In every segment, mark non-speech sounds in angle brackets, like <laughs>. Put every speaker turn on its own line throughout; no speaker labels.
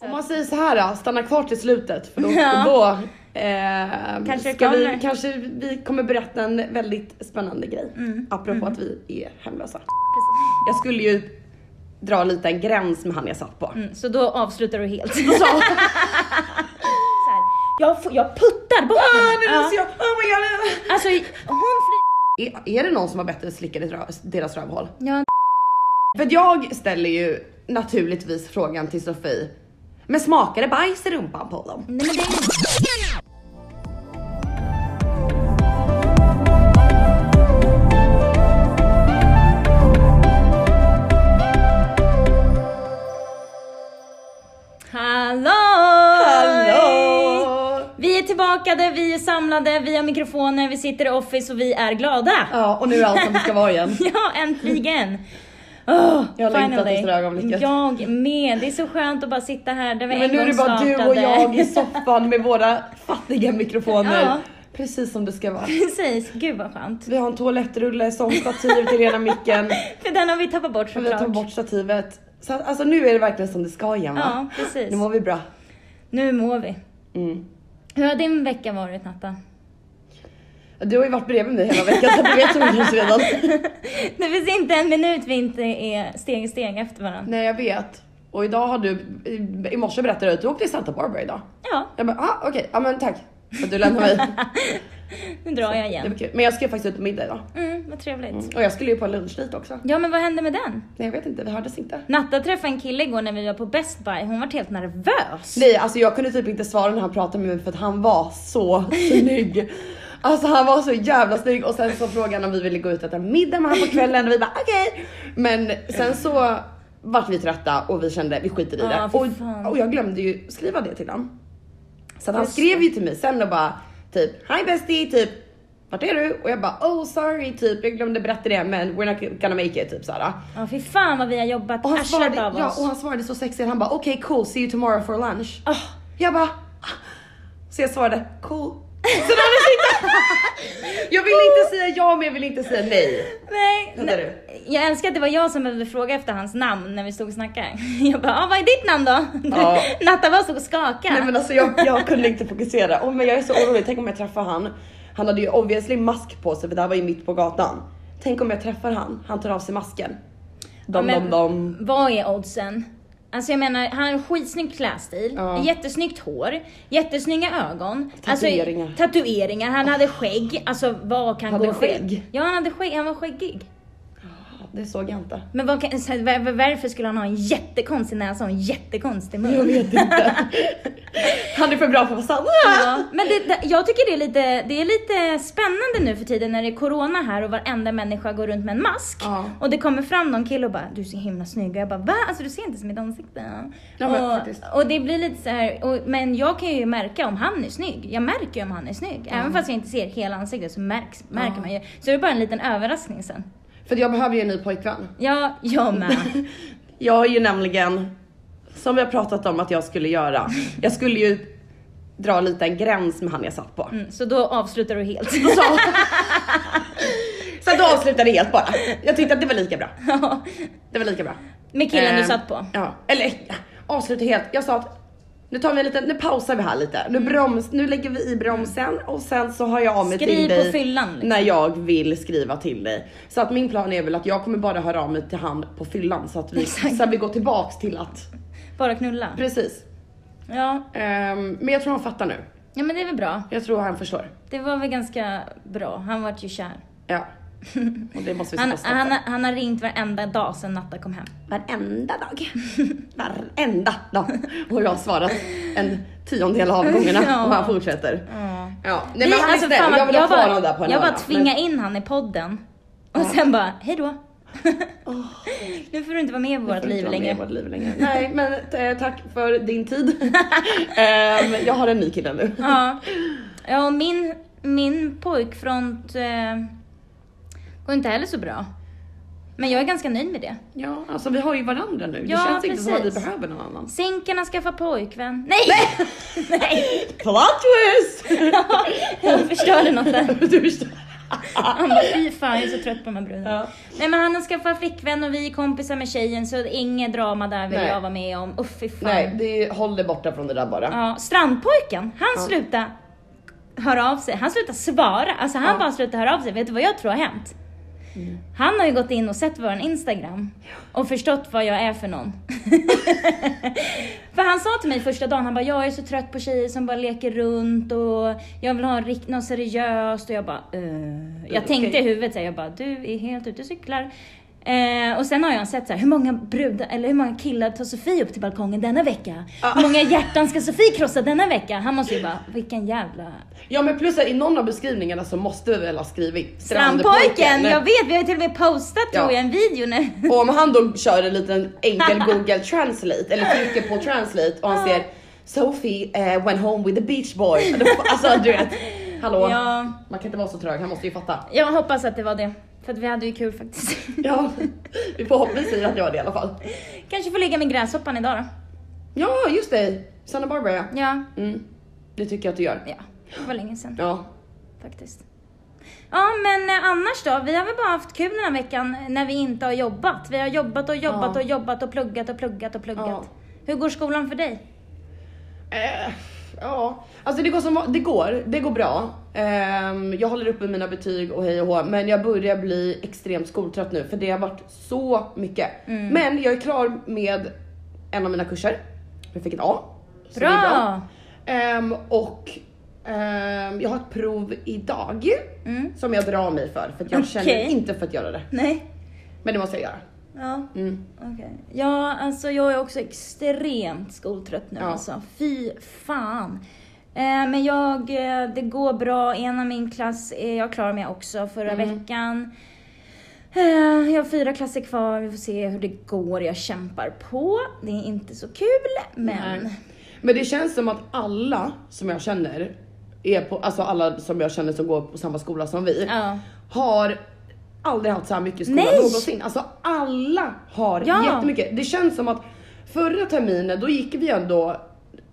säger så här då, stanna kvar till slutet för då,
<laughs> Ja.
då eh,
Kanske det
ska vi,
kommer.
kanske vi kommer berätta en väldigt spännande grej.
Mm.
Apropå att vi är hemlösa.
Precis.
Jag skulle ju dra lite en gräns med han jag satt på.
Mm, så då avslutar du <laughs> helt.
Så,
så här, jag, får- jag puttar bort
ah, nu
henne.
måste
Ja.
jag, oh my god.
Alltså hon flyger.
Är, är det någon som har bättre slickade rö- deras rövhål?
Ja.
För att jag ställer ju naturligtvis frågan till Sofie. Men smakar det bajs i rumpan på dem?
Nej, men det är... Hallå! Vi är tillbaka där vi är samlade, vi har mikrofoner, vi sitter i office och vi är glada.
Ja och nu är allt som det ska vara igen.
<laughs> Ja, äntligen! Oh,
Jag har längtat
finally.
efter det här ögonblicket.
Jag med. Det är så skönt att bara sitta här där vi
Men
en
nu är
gång
det bara du och
startade.
jag i soffan med
<laughs>
våra fattiga mikrofoner.
Ja.
Precis som det ska vara.
<laughs> Precis, gud vad skönt.
Vi har en toalettrulle som stativ till ena micken.
För den har vi tappat bort
Vi tar
såklart.
bort stativet. Så att, alltså nu är det verkligen som det ska igen va?
Ja, precis.
Nu mår vi bra.
Nu mår vi.
Mm.
Hur har din vecka varit Natta?
Du har ju varit bredvid mig hela veckan så du vet ju kanske
<laughs>
redan.
Det finns inte en minut vi inte är steg i steg efter varandra.
Nej jag vet. Och idag har du, i- i morse berättade du att du åkte till Santa Barbara idag.
Ja,
Jag bara, ah, okej, ja men tack för att du lämnade mig.
<laughs> nu drar jag
Det
igen.
var kul. Men jag ska faktiskt ut på middag idag.
Mm, vad trevligt.
Och jag skulle ju på lunch dit också.
Ja men vad hände med den?
Nej jag vet inte, vi hördes inte.
Natta träffade en kille igår när vi var på Best Buy, hon var helt nervös.
Nej alltså jag kunde typ inte svara när han pratade med mig för att han var så
<laughs>
snygg. Alltså han var så jävla snygg och sen så frågade han om vi ville gå ut och äta middag med honom på kvällen och vi bara okej. Men sen så vart vi trötta och vi kände vi skiter i det.
Ja, Ah, fy fan.
och, och jag glömde ju skriva det till honom. Så att han
Just
skrev ju till mig sen och bara typ hi bestie typ vart är du? Och jag bara oh sorry typ jag glömde berätta det men we're not gonna make it typ såhär.
Ja fy fan vad vi har jobbat
Och han,
arslet
svarade,
av
ja,
oss.
och han svarade så sexigt, han bara okej cool, see you tomorrow for lunch.
Ah,
Jag bara... "Ah." Så jag svarade cool. Så då hade jag inte- Jag ville inte säga ja men jag ville inte säga nej.
nej,
Vänta
nej. Jag älskar att det var jag som behövde fråga efter hans namn när vi stod och snackade. <laughs> Jag bara, ah, vad är ditt namn då?
Ja.
<laughs> Natta var så och skakade.
Nej men alltså jag, jag kunde inte fokusera. Oh, men jag är så orolig, tänk om jag träffar han. Han hade ju obviously mask på sig för det här var ju mitt på gatan. Tänk om jag träffar han, han tar av sig masken. Dom
Ja,
dom dom.
Vad är oddsen? Alltså jag menar, han har en skitsnygg klädstil,
Ja.
jättesnyggt hår, jättesnygga ögon.
Tatueringar.
Alltså, tatueringar, han hade skägg. Alltså vad kan
Hade
gå
du
fel?
skägg?
Ja han hade skägg, han var skäggig.
Det såg jag inte.
Men vad kan, så här, var, var, varför skulle han ha en jättekonstig näsa och en jättekonstig mun?
Jag vet inte. Han är för bra för att vara sann.
Ja, men det, det, jag tycker det är, lite, det är lite spännande nu för tiden när det är corona här och varenda människa går runt med en mask.
Ja.
Och det kommer fram någon kille och bara du är så himla snygg och jag bara va? Alltså du ser inte som mitt ansikte.
Ja, men faktiskt.
och, och det blir lite så här, och, men jag kan ju märka om han är snygg. Jag märker ju om han är snygg. Även fast jag inte ser hela ansiktet så märks, märker man ju. Så det är bara en liten överraskning sen.
För jag behöver ju en ny pojkvän.
Ja, jag
Mm.
med.
<laughs> Jag har ju nämligen, som vi har pratat om att jag skulle göra, jag skulle ju dra lite en gräns med han jag satt på.
Mm, så då avslutar du helt. <laughs>
Så, så att då avslutade det helt bara. Jag tyckte att det var lika bra.
Ja.
Det var lika bra.
med killen du
Eh,
satt på.
Ja, eller ja, avsluta helt. Jag sa att nu tar vi en liten, nu pausar vi här lite. Nu
Mm.
broms, nu lägger vi i bromsen och sen så har jag av mig till
Skriv
dig.
på fyllan. Liksom.
När jag vill skriva till dig. Så att min plan är väl att jag kommer bara höra av mig till han på fyllan så att vi,
Exakt.
så att vi går tillbaks till att,
Bara knulla.
precis.
Ja.
Ehm, men jag tror han fattar nu.
ja, men det är väl bra.
Jag tror han förstår.
Det var väl ganska bra. Han vart ju kär. <laughs>
Ja. Och det måste vi
Han,
sätta stopp
han,
för.
han har ringt varenda dag sedan Natta kom hem.
Varenda dag. Varenda dag. Och jag har svarat en tiondel av gångerna
<laughs> Ja.
och han fortsätter.
Ja.
Ja. Nej men han är snäll. Jag vill ha kvar honom där på en
alltså, Jag bara
hörna.
tvingade in han i podden. Och sen bara, hej då. <laughs> nu får du inte vara med i
Men-
vårt liv längre.
Vårt liv längre. <laughs> Nej men eh, tack för din tid. <laughs> Ehm, jag har en ny kille nu.
Ja. ja, och min, min pojkfront eh, går inte heller så bra. Men jag är ganska nöjd med det.
Ja, alltså vi har ju varandra nu.
Ja,
det känns inte som att vi
precis.
behöver någon annan.
Sinken har skaffat pojkvän. Nej!
<laughs>
Nej!
Plot twist! <laughs>
Jag förstörde något där.
Du förstår.
Han bara, fy fan jag är så trött på de här brudarna.
Ja.
Nej men han har skaffat flickvän och vi är kompisar med tjejen så det är inget drama där vill
Nej.
jag vara med om. Uff fy fan.
Nej, det är, håll dig borta från det där bara.
Ja, strandpojken, han slutar höra av sig. Han slutar svara. Alltså han
Ja. Mm.
bara slutar höra av sig. Vet du vad jag tror har hänt? Han har ju gått in och sett våran Instagram och förstått vad jag är för någon. <laughs> för han sa till mig första dagen, han bara jag är så trött på tjejer som bara leker runt och jag vill ha en rikt- något seriöst och jag bara eh.
Okej.
Jag tänkte i huvudet såhär, jag bara du är helt ute och cyklar. Eh, och sen har jag sett så här, hur många brudar, eller hur många killar tar Sofie upp till balkongen denna vecka?
Ja.
Hur många hjärtan ska Sofie krossa denna vecka? Han måste ju bara, vilken jävla...
Ja men plus att i någon av beskrivningarna så måste vi väl ha skrivit
Strandpojken! Jag vet, vi har ju till och med postat
Ja.
tror jag en video när...
Och om han då kör en liten enkel google translate eller trycker på translate och han ser Sophie eh, went home with the beach boy. Då- Alltså du vet, hallå.
Ja,
Man kan inte vara så trög, han måste ju fatta.
jag hoppas att det var det. För att vi hade ju kul faktiskt.
Ja, vi får hoppas säger att jag är det i alla fall.
Kanske får ligga med gräshoppan idag då.
Ja just det, Sanna Barbara ja.
Ja,
Mm, det tycker jag att du gör.
ja. Det var länge sedan
Ja,
faktiskt. Ja men eh, annars då? Vi har väl bara haft kul den här veckan när vi inte har jobbat. Vi har jobbat och jobbat
Ja.
och jobbat och pluggat och pluggat och pluggat.
Ja.
Hur går skolan för dig?
Eh, ja, alltså det går som va- det går. Det går bra. Ehm, jag håller uppe mina betyg och hej och hå, men jag börjar bli extremt skoltrött nu för det har varit så mycket.
Mm.
Men jag är klar med en av mina kurser. Jag fick ett A. så det är
Bra!
Ehm, och ehm, jag har ett prov idag
Mm.
som jag drar mig för för att jag
Okej.
känner inte för att göra det.
Nej.
Men det måste jag göra.
Ja,
Mm.
okej. Ja, alltså jag är också extremt skoltrött nu
Ja.
alltså. Fy fan. Eh, men jag, eh, det går bra. En av min klass är jag klar med också förra
Mm.
veckan. Eh, Jag har fyra klasser kvar, vi får se hur det går. Jag kämpar på. Det är inte så kul, men...
Nej. Men det känns som att alla som jag känner, är på, alltså alla som jag känner som går på samma skola som vi,
Ja.
har aldrig haft så här mycket skola
Nej!
någonsin. Alltså alla har
Ja.
jättemycket. Det känns som att förra terminen då gick vi ändå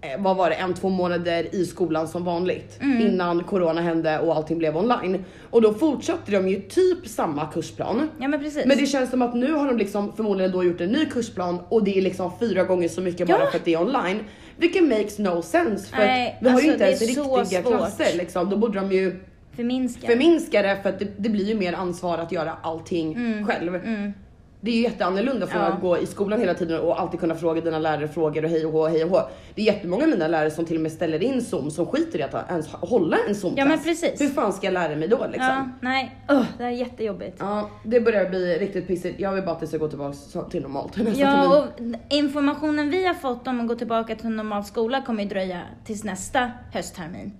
eh, vad var det, en, två månader i skolan som vanligt
Mm.
innan corona hände och allting blev online. Och då fortsatte de ju typ samma kursplan.
Ja men precis.
Men det känns som att nu har de liksom förmodligen då gjort en ny kursplan och det är liksom fyra gånger så mycket
Ja.
bara för att det är online. Vilket makes no sense för
Nej,
att vi har
alltså,
ju inte
det
ens
är så
riktiga
svårt.
klasser liksom. Då borde de ju
Förminska.
förminska det för att det, det blir ju mer ansvar att göra allting själv. Det är ju jätteannorlunda från
Mm. Ja.
att gå i skolan hela tiden och alltid kunna fråga dina lärare frågor och hej och hå, hej och hå. Det är jättemånga av mina lärare som till och med ställer in zoom som skiter i att ens hålla en zoom-klass.
Ja, men precis.
Hur fan ska jag lära mig då liksom?
ja, nej. Ugh, det här är jättejobbigt.
Ja, det börjar bli riktigt pissigt. Jag vill bara att det ska gå tillbaka så- till normalt. <laughs> nästa termin.
Ja, och informationen vi har fått om att gå tillbaka till en normal skola kommer ju dröja tills nästa hösttermin.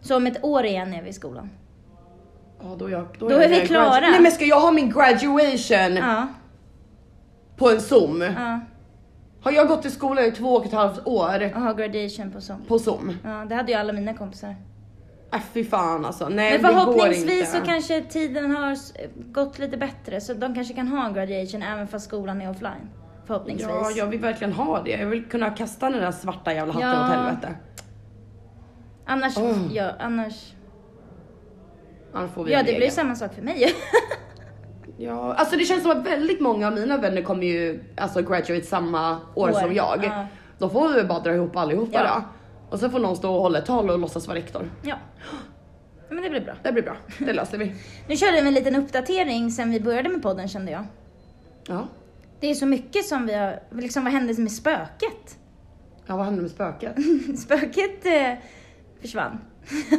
Så om ett år igen är vi i skolan.
ja då är, jag,
Då
jag
är vi
redan
klara.
gradu- Nej men ska jag ha min graduation
Ja,
på en zoom?
ja.
Har jag gått i skolan i två och ett halvt år
Och ha graduation på sånt.
på zoom?
Ja, det hade ju alla mina kompisar.
Äh, fy fan alltså. Nej
Men
det går inte.
förhoppningsvis så kanske tiden har s- gått lite bättre så de kanske kan ha en graduation även fast skolan är offline. Förhoppningsvis.
Ja, jag vill verkligen ha det. Jag vill kunna kasta den där svarta jävla hatten
Ja.
åt helvete.
Annars,
Åh.
ja, annars.
Annars får vi
Ja,
en
det blir ju
egen.
samma sak för mig <laughs>
Ja, alltså det känns som att väldigt många av mina vänner kommer ju alltså graduate samma år,
År,
som jag.
ja.
Då får vi väl bara dra ihop allihopa
Ja.
då. Och så får någon stå och hålla ett tal och låtsas vara rektor.
Ja. Men det blir bra.
Det blir bra, det löser vi.
Nu körde vi en liten uppdatering sen vi började med podden kände jag.
Ja.
Det är så mycket som vi har, liksom vad hände med spöket? <laughs>
ja, vad hände med spöket?
Spöket eh, försvann.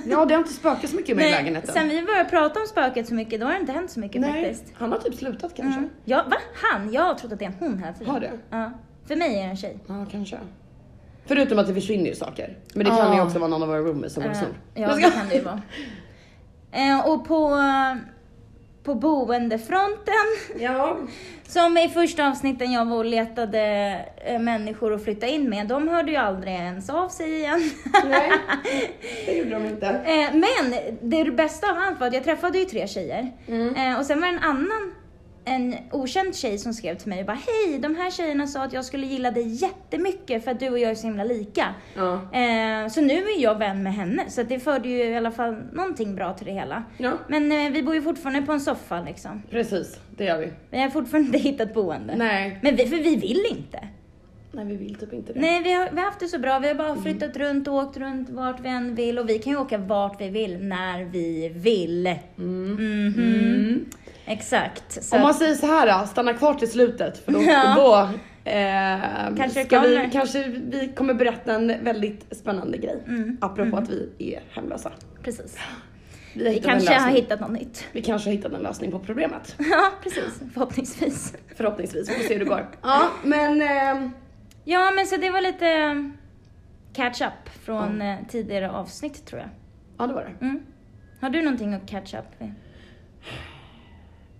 Ja, det har inte spökat så mycket i min lägenhet än.
sen vi började prata om spöket så mycket, då har det inte hänt så mycket
Nej,
faktiskt.
han har typ slutat kanske.
Mm. Ja, va? Han? Jag har trott att det är en hon hela tiden.
Har det?
Ja. För mig är det en tjej.
Ja, kanske. Förutom att det försvinner ju saker. Men det kan
Ja.
ju också vara någon av våra roomies som går
Eh,
snor.
ja, det kan det ju vara. Eh, och på, på boendefronten,
<laughs> Ja.
som i första avsnitten jag var och letade eh, människor att flytta in med, de hörde ju aldrig ens av sig igen.
Nej, det gjorde de
<laughs>
inte. Mm.
Eh, men det bästa av allt var att jag träffade ju tre tjejer. Eh, och sen var det en annan en okänd tjej som skrev till mig och bara Hej, de här tjejerna sa att jag skulle gilla dig jättemycket för att du och jag är så himla lika.
Ja.
Eh, så nu är jag vän med henne, så att det förde ju i alla fall någonting bra till det hela.
Ja.
Men eh, vi bor ju fortfarande på en soffa liksom.
Precis, det gör vi.
Vi har fortfarande inte <laughs> hittat boende.
Nej.
Men vi, för vi vill inte.
Nej vi vill typ inte det.
Nej, vi har, vi har haft det så bra. Vi har
Mm.
bara flyttat runt och åkt runt vart vi än vill och vi kan ju åka vart vi vill när vi vill. Mhm. Exakt. Så
Mm. Om man
att-
säger så här då, stanna kvar till slutet för då,
Ja.
då eh,
Kanske det
ska vi,
kommer.
kanske vi kommer berätta en väldigt spännande grej.
Mm.
Apropå att vi är hemlösa.
Precis.
Vi, har
Vi
hittat en
kanske har
lösning.
hittat något nytt. <laughs>
vi kanske har hittat en lösning på problemet.
Ja, precis. Förhoppningsvis.
Förhoppningsvis, vi får se hur det
<laughs>
går. Ja men eh,
Ja, men så det var lite eh, catch up från eh, tidigare avsnitt tror jag.
ja det var det.
Mm. Har du någonting att catch up med?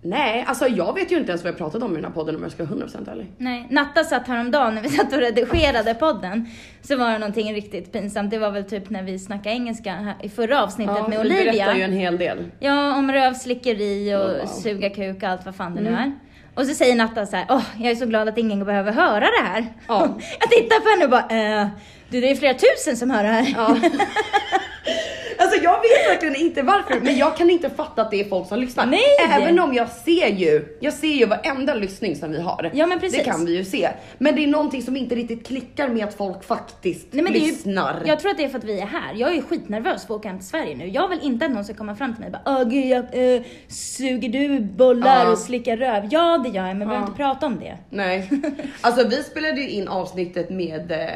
Nej alltså jag vet ju inte ens vad jag pratat om i den här podden om jag ska vara 100% ärlig.
Nej, Natta satt häromdagen när vi satt och redigerade podden. Så var det någonting riktigt pinsamt. Det var väl typ när vi snackade engelska här i förra avsnittet med
vi berättar ju
Olivia.
en hel del.
Ja, om rövslickeri och
Oh, wow. Mm.
suga kuk och allt vad fan det nu är. Och så säger Natta så här, åh, jag är så glad att ingen behöver höra det här.
Ja.
<laughs> Jag tittar på henne och bara, eh, du det är flera tusen som hör det här. <laughs>
Ja. <laughs> alltså jag vet verkligen inte varför men jag kan inte fatta att det är folk som lyssnar.
Nej!
Även om jag ser ju, jag ser ju varenda lyssning som vi har.
Ja, men precis.
Det kan vi ju se. Men det är någonting som inte riktigt klickar med att folk faktiskt
Nej, men det är ju-
lyssnar.
Jag tror att det är för att vi är här. Jag är ju skitnervös för att åka hem till Sverige nu. Jag vill inte att någon ska komma fram till mig och bara Åh gud, jag, eh, suger du bollar
Ja.
och slickar röv? Ja det gör jag, men vi behöver
Ja.
inte prata om det. <laughs>
Nej. Alltså vi spelade ju in avsnittet med, eh,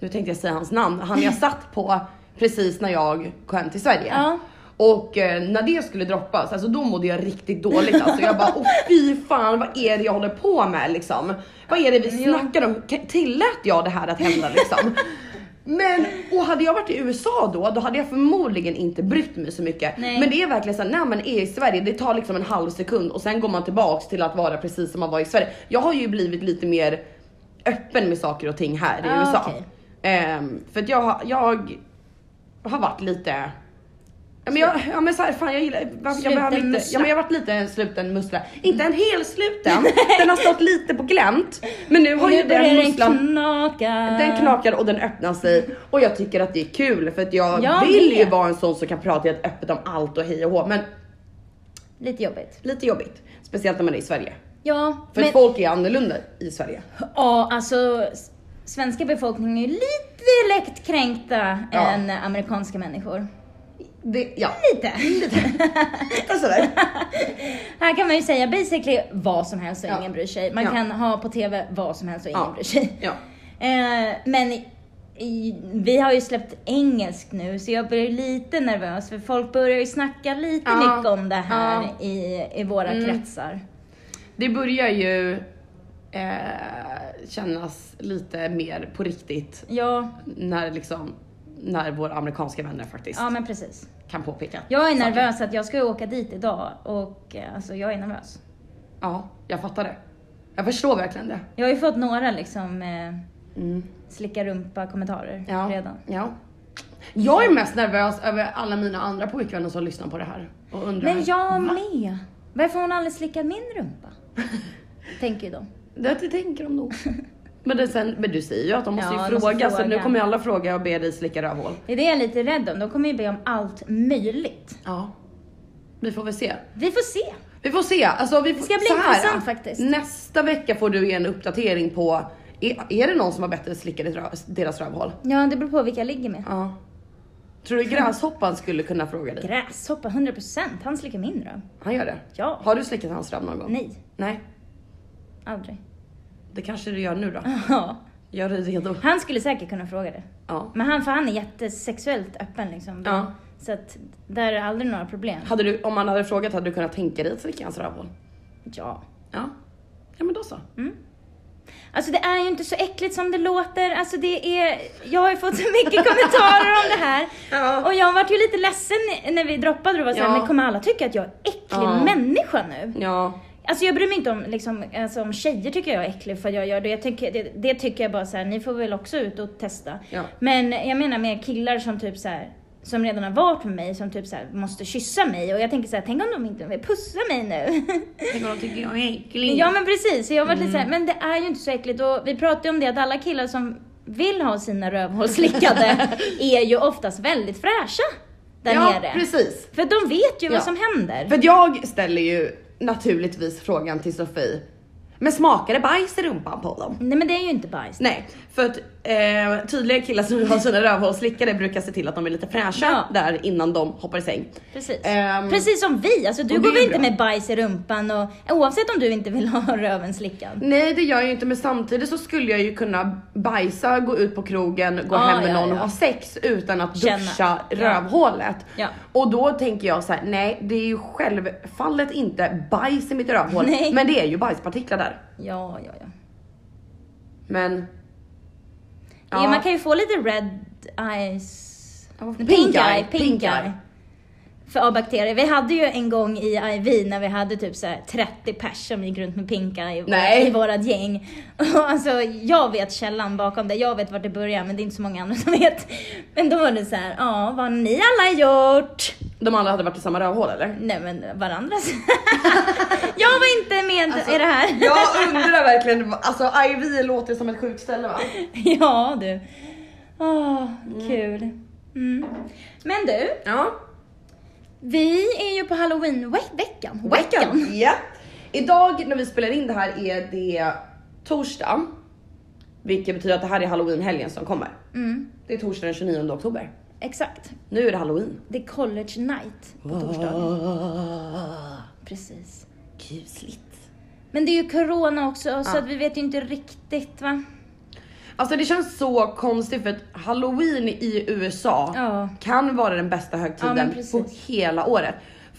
nu tänkte jag säga hans namn, han jag satt på precis när jag kom hem till Sverige.
Ja.
Och eh, när det skulle droppas, alltså då mådde jag riktigt dåligt alltså. Jag bara, åh fy fan vad är det jag håller på med liksom? Vad är det vi
Jo.
snackar om? K- Tillät jag det här att hända liksom? Men, och hade jag varit i USA då, då hade jag förmodligen inte brytt mig så mycket.
Nej.
Men det är verkligen såhär, när man är i Sverige, det tar liksom en halv sekund och sen går man tillbaks till att vara precis som man var i Sverige. Jag har ju blivit lite mer öppen med saker och ting här i
Ah,
USA.
okej.
Ehm, för att jag, har- jag har varit lite Ja men jag, ja men såhär fan jag gillar, varför- jag
Sluten
behöver inte,
mussla.
ja men jag har varit lite en sluten mussla. Inte en hel <laughs> sluten, den har stått lite på glänt. Men nu har ju
nu börjar
den
den
musslan
knaka.
den knakar och den öppnar sig och jag tycker att det är kul för att jag
Jag
vill ju
med.
vara en sån som kan prata helt öppet om allt och hej och hå men
Lite jobbigt.
lite jobbigt. Speciellt när man är i Sverige.
Ja,
För
men
att folk är annorlunda i Sverige.
ja, alltså s- svenska befolkningen är ju lite lätt kränkta
Ja.
än amerikanska människor.
Det, <laughs> ja,
Lite.
lite sådär.
<laughs> Här kan man ju säga basically vad som helst och
Ja.
ingen bryr sig. Man
Ja.
kan ha på TV vad som helst och ingen
Ja.
bryr sig.
<laughs> Ja.
Eh, men i- i, vi har ju släppt engelsk nu så jag blir lite nervös för folk börjar ju snacka lite
Ja.
mycket om det här
Ja. Mm.
i, i våra kretsar.
Det börjar ju eh, kännas lite mer på riktigt
Ja,
när liksom när våra amerikanska vänner faktiskt
ja men precis.
kan påpeka.
Jag är
saker.
nervös att jag ska ju åka dit idag och eh, alltså jag är nervös.
Ja, jag fattar det. Jag förstår verkligen det.
Jag har ju fått några liksom eh,
Mm.
slicka rumpa kommentarer
Ja.
redan.
Ja. Jag är mest nervös över alla mina andra pojkvänner som lyssnar på det här och undrar.
Men jag med! Varför har hon aldrig slickat min
<laughs>
rumpa? Tänker ju de.
Det det tänker de nog. Men, det sen, men du säger ju att de måste
Ja,
ju
de måste
fråga, så nu
fråga.
kommer ju alla fråga och be dig slicka rövhål.
Det är det jag är lite rädd om. De kommer ju be om allt möjligt.
Ja. Vi får väl se.
Vi får se.
Vi får se. Alltså, vi får,
Det ska bli
så här,
intressant faktiskt.
Nästa vecka får du ge en uppdatering på, är, är det någon som har bättre slickat i rö- deras rövhål?
Ja, det beror på vilka jag ligger med.
Ja. Tror du gräshoppan skulle kunna fråga dig?
Gräshoppa, 100%. Han slickar min röv.
Han gör det?
Ja.
Har du slickat hans röv någon gång?
Nej,
Nej.
aldrig. <laughs>
Det kanske du gör nu då.
Ja.
Gör dig redo.
Han skulle säkert kunna fråga det.
Ja.
Men han, för han är jättesexuellt öppen liksom.
Ja.
Så att där är aldrig några problem.
Hade du, om man hade frågat hade du kunnat tänka dig att slicka hans rövhål?
Ja.
Ja. Ja men då så.
Alltså det är ju inte så äckligt som det låter. Alltså det är... Jag har ju fått så
<laughs>
mycket kommentarer om det här.
Ja.
Och jag vart ju lite ledsen när vi droppade och var såhär,
Ja.
men kommer alla tycka att jag är äcklig
Ja.
människa nu?
Ja.
Alltså jag bryr mig inte om, liksom, alltså, om tjejer tycker jag är äcklig för jag gör det. Jag tycker, det, det tycker jag bara så här, ni får väl också ut och testa.
Ja.
Men jag menar mer killar som typ så här. som redan har varit med mig som typ så här, måste kyssa mig och jag tänker så här, tänk om de inte vill pussa mig nu.
Tänk om de tycker jag är äcklig.
ja men precis, så jag var lite så här,
Mm.
men det är ju inte så äckligt och vi pratade ju om det att alla killar som vill ha sina
<laughs>
rövhål slickade är ju oftast väldigt fräscha där
ja,
nere.
precis.
För de vet ju
Ja.
vad som händer.
För att jag ställer ju naturligtvis frågan till Sofie. Men smakar det bajs i rumpan på dem?
Nej men det är ju inte bajs.
Nej, för att eh, tydliga killar som har sina rövhål slickade brukar se till att de är lite fräscha
Ja.
där innan de hoppar i säng.
Precis.
Ehm,
Precis som vi, alltså du
och det
går
är
väl inte
bra.
med bajs i rumpan och oavsett om du inte vill ha <laughs> röven slickad.
Nej det gör jag ju inte men samtidigt så skulle jag ju kunna bajsa, gå ut på krogen, gå
Ah,
hem med
ja,
någon
ja.
och ha sex utan att
Känna.
duscha
Ja.
rövhålet.
Ja.
Och då tänker jag så här: nej det är ju självfallet inte bajs i mitt rövhål
Nej.
men det är ju bajspartiklar där.
Ja, ja, ja.
Men...
Ja. Man kan ju få lite red eyes.
Ja, vad-
Pink,
pink
eye,
eye,
pink,
pink
eye.
eye.
För av bakterier. Vi hade ju en gång i IV när vi hade typ så här 30 pers som gick runt med pink eye i,
Nej.
i vårat gäng. <laughs> Och alltså jag vet källan bakom det, jag vet vart det börjar men det är inte så många andra som vet. Men då var det så här, ja vad har ni alla gjort?
De alla hade varit i samma rövhål eller?
Nej men varandras. <laughs> jag var inte med
Alltså,
i det här.
Jag undrar verkligen, alltså IV låter som ett sjukt ställe va?
<laughs> ja du. Åh, kul. Mm. Men du.
Ja.
Vi är ju på halloween-veckan.
Veckan! Ja. Idag när vi spelar in det här är det torsdag. Vilket betyder att det här är halloweenhelgen som kommer.
Mm,
Det är torsdag den 29 oktober.
exakt.
Nu är det halloween.
Det är college night på torsdag. Ah,
Torsdag.
Precis.
Kusligt.
Men det är ju corona också så
Ja.
att vi vet ju inte riktigt va.
Alltså det känns så konstigt för att halloween i USA
Ja.
kan vara den bästa
Ja, men
högtiden
precis.
på hela året.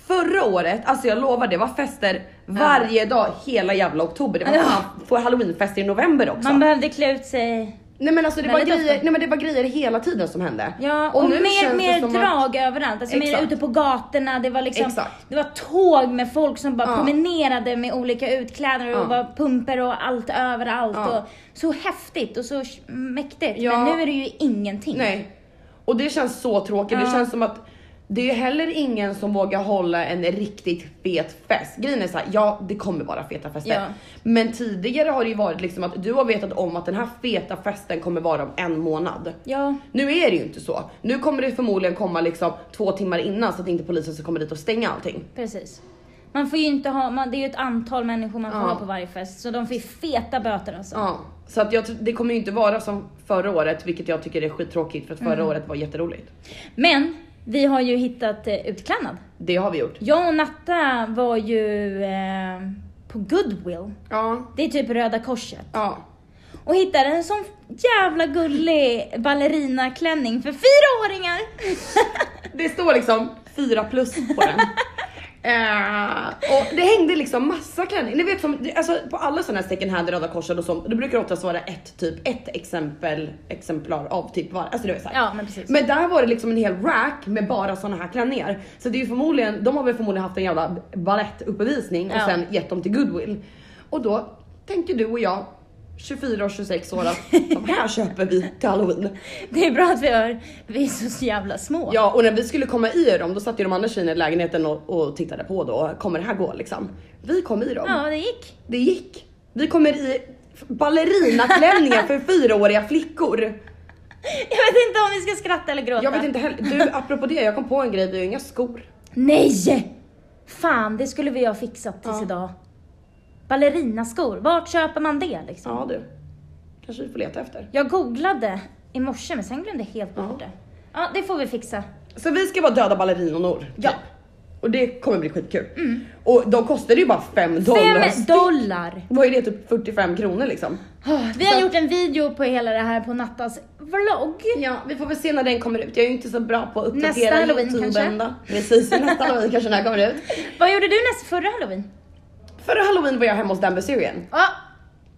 Förra året, alltså jag lovar det var fester varje dag hela jävla oktober. Det var
Ja.
fan på halloweenfester i november också.
Man behövde klä ut sig.
Nej men alltså det var,
Väldigt
grejer,
ofta.
nej, men det var grejer hela tiden som hände.
Ja, och, mer,
känns
mer
det som
drag överallt. Alltså mer
Exakt.
ute på gatorna. Det var, liksom,
Exakt.
det var tåg med folk som bara
Ja.
promenerade med olika utklädningar och
Ja.
var pumper och allt överallt.
Ja.
Och så häftigt och så mäktigt.
Ja.
Men nu är det ju ingenting.
Att, nej. Och det känns så tråkigt.
Ja.
Det känns som att det är ju heller ingen som vågar hålla en riktigt fet fest. Grejen är såhär, ja det kommer vara feta fester.
Ja.
Men tidigare har det ju varit liksom att du har vetat om att den här feta festen kommer vara om en månad.
Ja.
Nu är det ju inte så. Nu kommer det förmodligen komma liksom två timmar innan så att inte polisen ska komma dit och stänga allting.
Precis. Man får ju inte ha, man, det är ju ett antal människor man får
Ja.
ha på varje fest, så de får ju feta böter alltså.
Ja, så att jag, tr- det kommer ju inte vara som förra året, vilket jag tycker är skittråkigt för att förra året var jätteroligt.
Men, vi har ju hittat eh, utklädnad.
Det har vi gjort.
Jag och Natta var ju eh, på Goodwill.
Ja,
Det är typ Röda Korset.
ja.
Och hittade en sån jävla gullig ballerinaklänning för fyraåringar!
Det står liksom 4 plus på <laughs> den. Eh, och det hängde liksom massa klänningar. Ni vet som, det- alltså på alla sådana här second hand i Röda Korset och sånt, då brukar det oftast vara ett typ, ett exempel, exemplar av typ var. Alltså du vet såhär.
ja men precis.
Men där var det liksom en hel rack med bara såna här klänningar. Så det är ju förmodligen, de har väl förmodligen haft en jävla balettuppvisning och
Ja.
sen gett dem till goodwill. Och då tänker du och jag, 24 och 26 år att <laughs> de här köper vi till halloween.
Det är bra att vi är, vi är så jävla små.
Ja och när vi skulle komma i dem då satt ju de andra tjejerna i lägenheten och, och tittade på då, kommer det här gå liksom? Vi kom i dem,
ja det gick.
det gick. Vi kommer i ballerinaklänningar
<laughs>
för fyraåriga flickor.
Jag vet inte om vi ska skratta eller gråta.
Jag vet inte heller, du apropå det jag kom på en grej, vi har ju inga skor.
Nej! Fan, det skulle vi ha fixat tills
Ja.
idag. Ballerinaskor, vart köper man det liksom?
Ja du, kanske vi får leta efter.
Jag googlade i morse men sen glömde jag helt bort
Ja.
det. Ja, det får vi fixa.
Så vi ska vara döda ballerinor. typ. Mm.
Ja.
Och det kommer bli skitkul. Och de kostade ju bara 5 dollar.
Fem dollar!
Vad är det? Typ 45 kronor liksom.
Ah, Vi har gjort en video på hela det här på Nattas vlogg.
Ja, vi får väl se när den kommer ut. Jag är ju inte så bra på att uppdatera
Nästa halloween
YouTube
kanske?
ändå. Precis, nästa halloween kanske den här kommer ut.
Vad gjorde du nästa förra halloween?
Förra halloween var jag hemma hos Dan Bezurian.
Ja,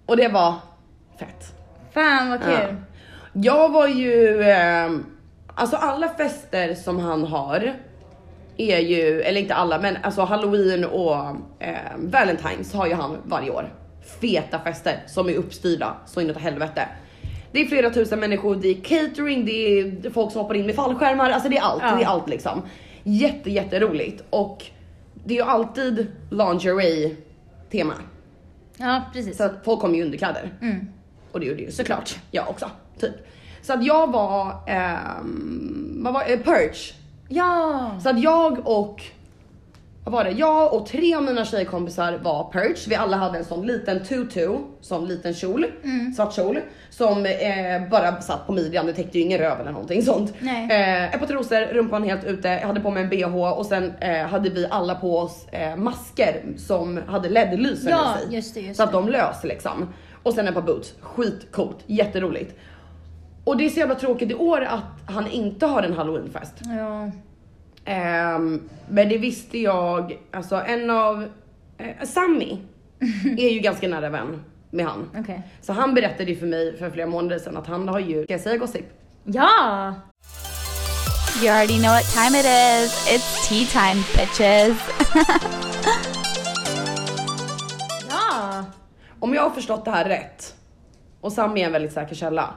Och det var fett.
fan vad
Ja.
kul.
Jag var ju, ehm, alltså alla fester som han har är ju, eller inte alla men alltså halloween och eh, valentines har ju han varje år. Feta fester som är uppstyrda så inåt helvete. Det är flera tusen människor, det är catering, det är folk som hoppar in med fallskärmar, alltså det är allt.
Ja.
Det är allt liksom. Jätte jätteroligt och det är ju alltid lingerie tema.
Ja, precis.
Så att folk kommer ju i underkläder.
Mm.
Och det gjorde ju såklart jag också. Typ. Så att jag var, ehm, vad var eh, Perch.
Ja!
Så att jag och, vad var det? Jag och tre av mina tjejkompisar var Perch. Vi alla hade en sån liten tutu, sån liten kjol,
Mm.
svart kjol. Som eh, bara satt på midjan, det täckte ju ingen röv eller någonting sånt.
Nej.
Eh, ett par trosor, rumpan helt ute, jag hade på mig en bh och sen eh, hade vi alla på oss eh, masker som hade LED-lysen
Ja,
i sig.
just det, just
så att de lös liksom. Och sen ett par boots, skitcoolt, jätteroligt. Och det är så jävla tråkigt i år att han inte har en halloweenfest.
Ja.
Ehm, men det visste jag, alltså en av, eh, Sammy är ju ganska nära vän med han.
Okej.
Så han berättade ju för mig för flera månader sedan att han har ju, ska jag säga gossip?
Ja!
You already know what time it is. It's tea time, bitches.
<laughs> Ja!
Om jag har förstått det här rätt, och Sammy är en väldigt säker källa,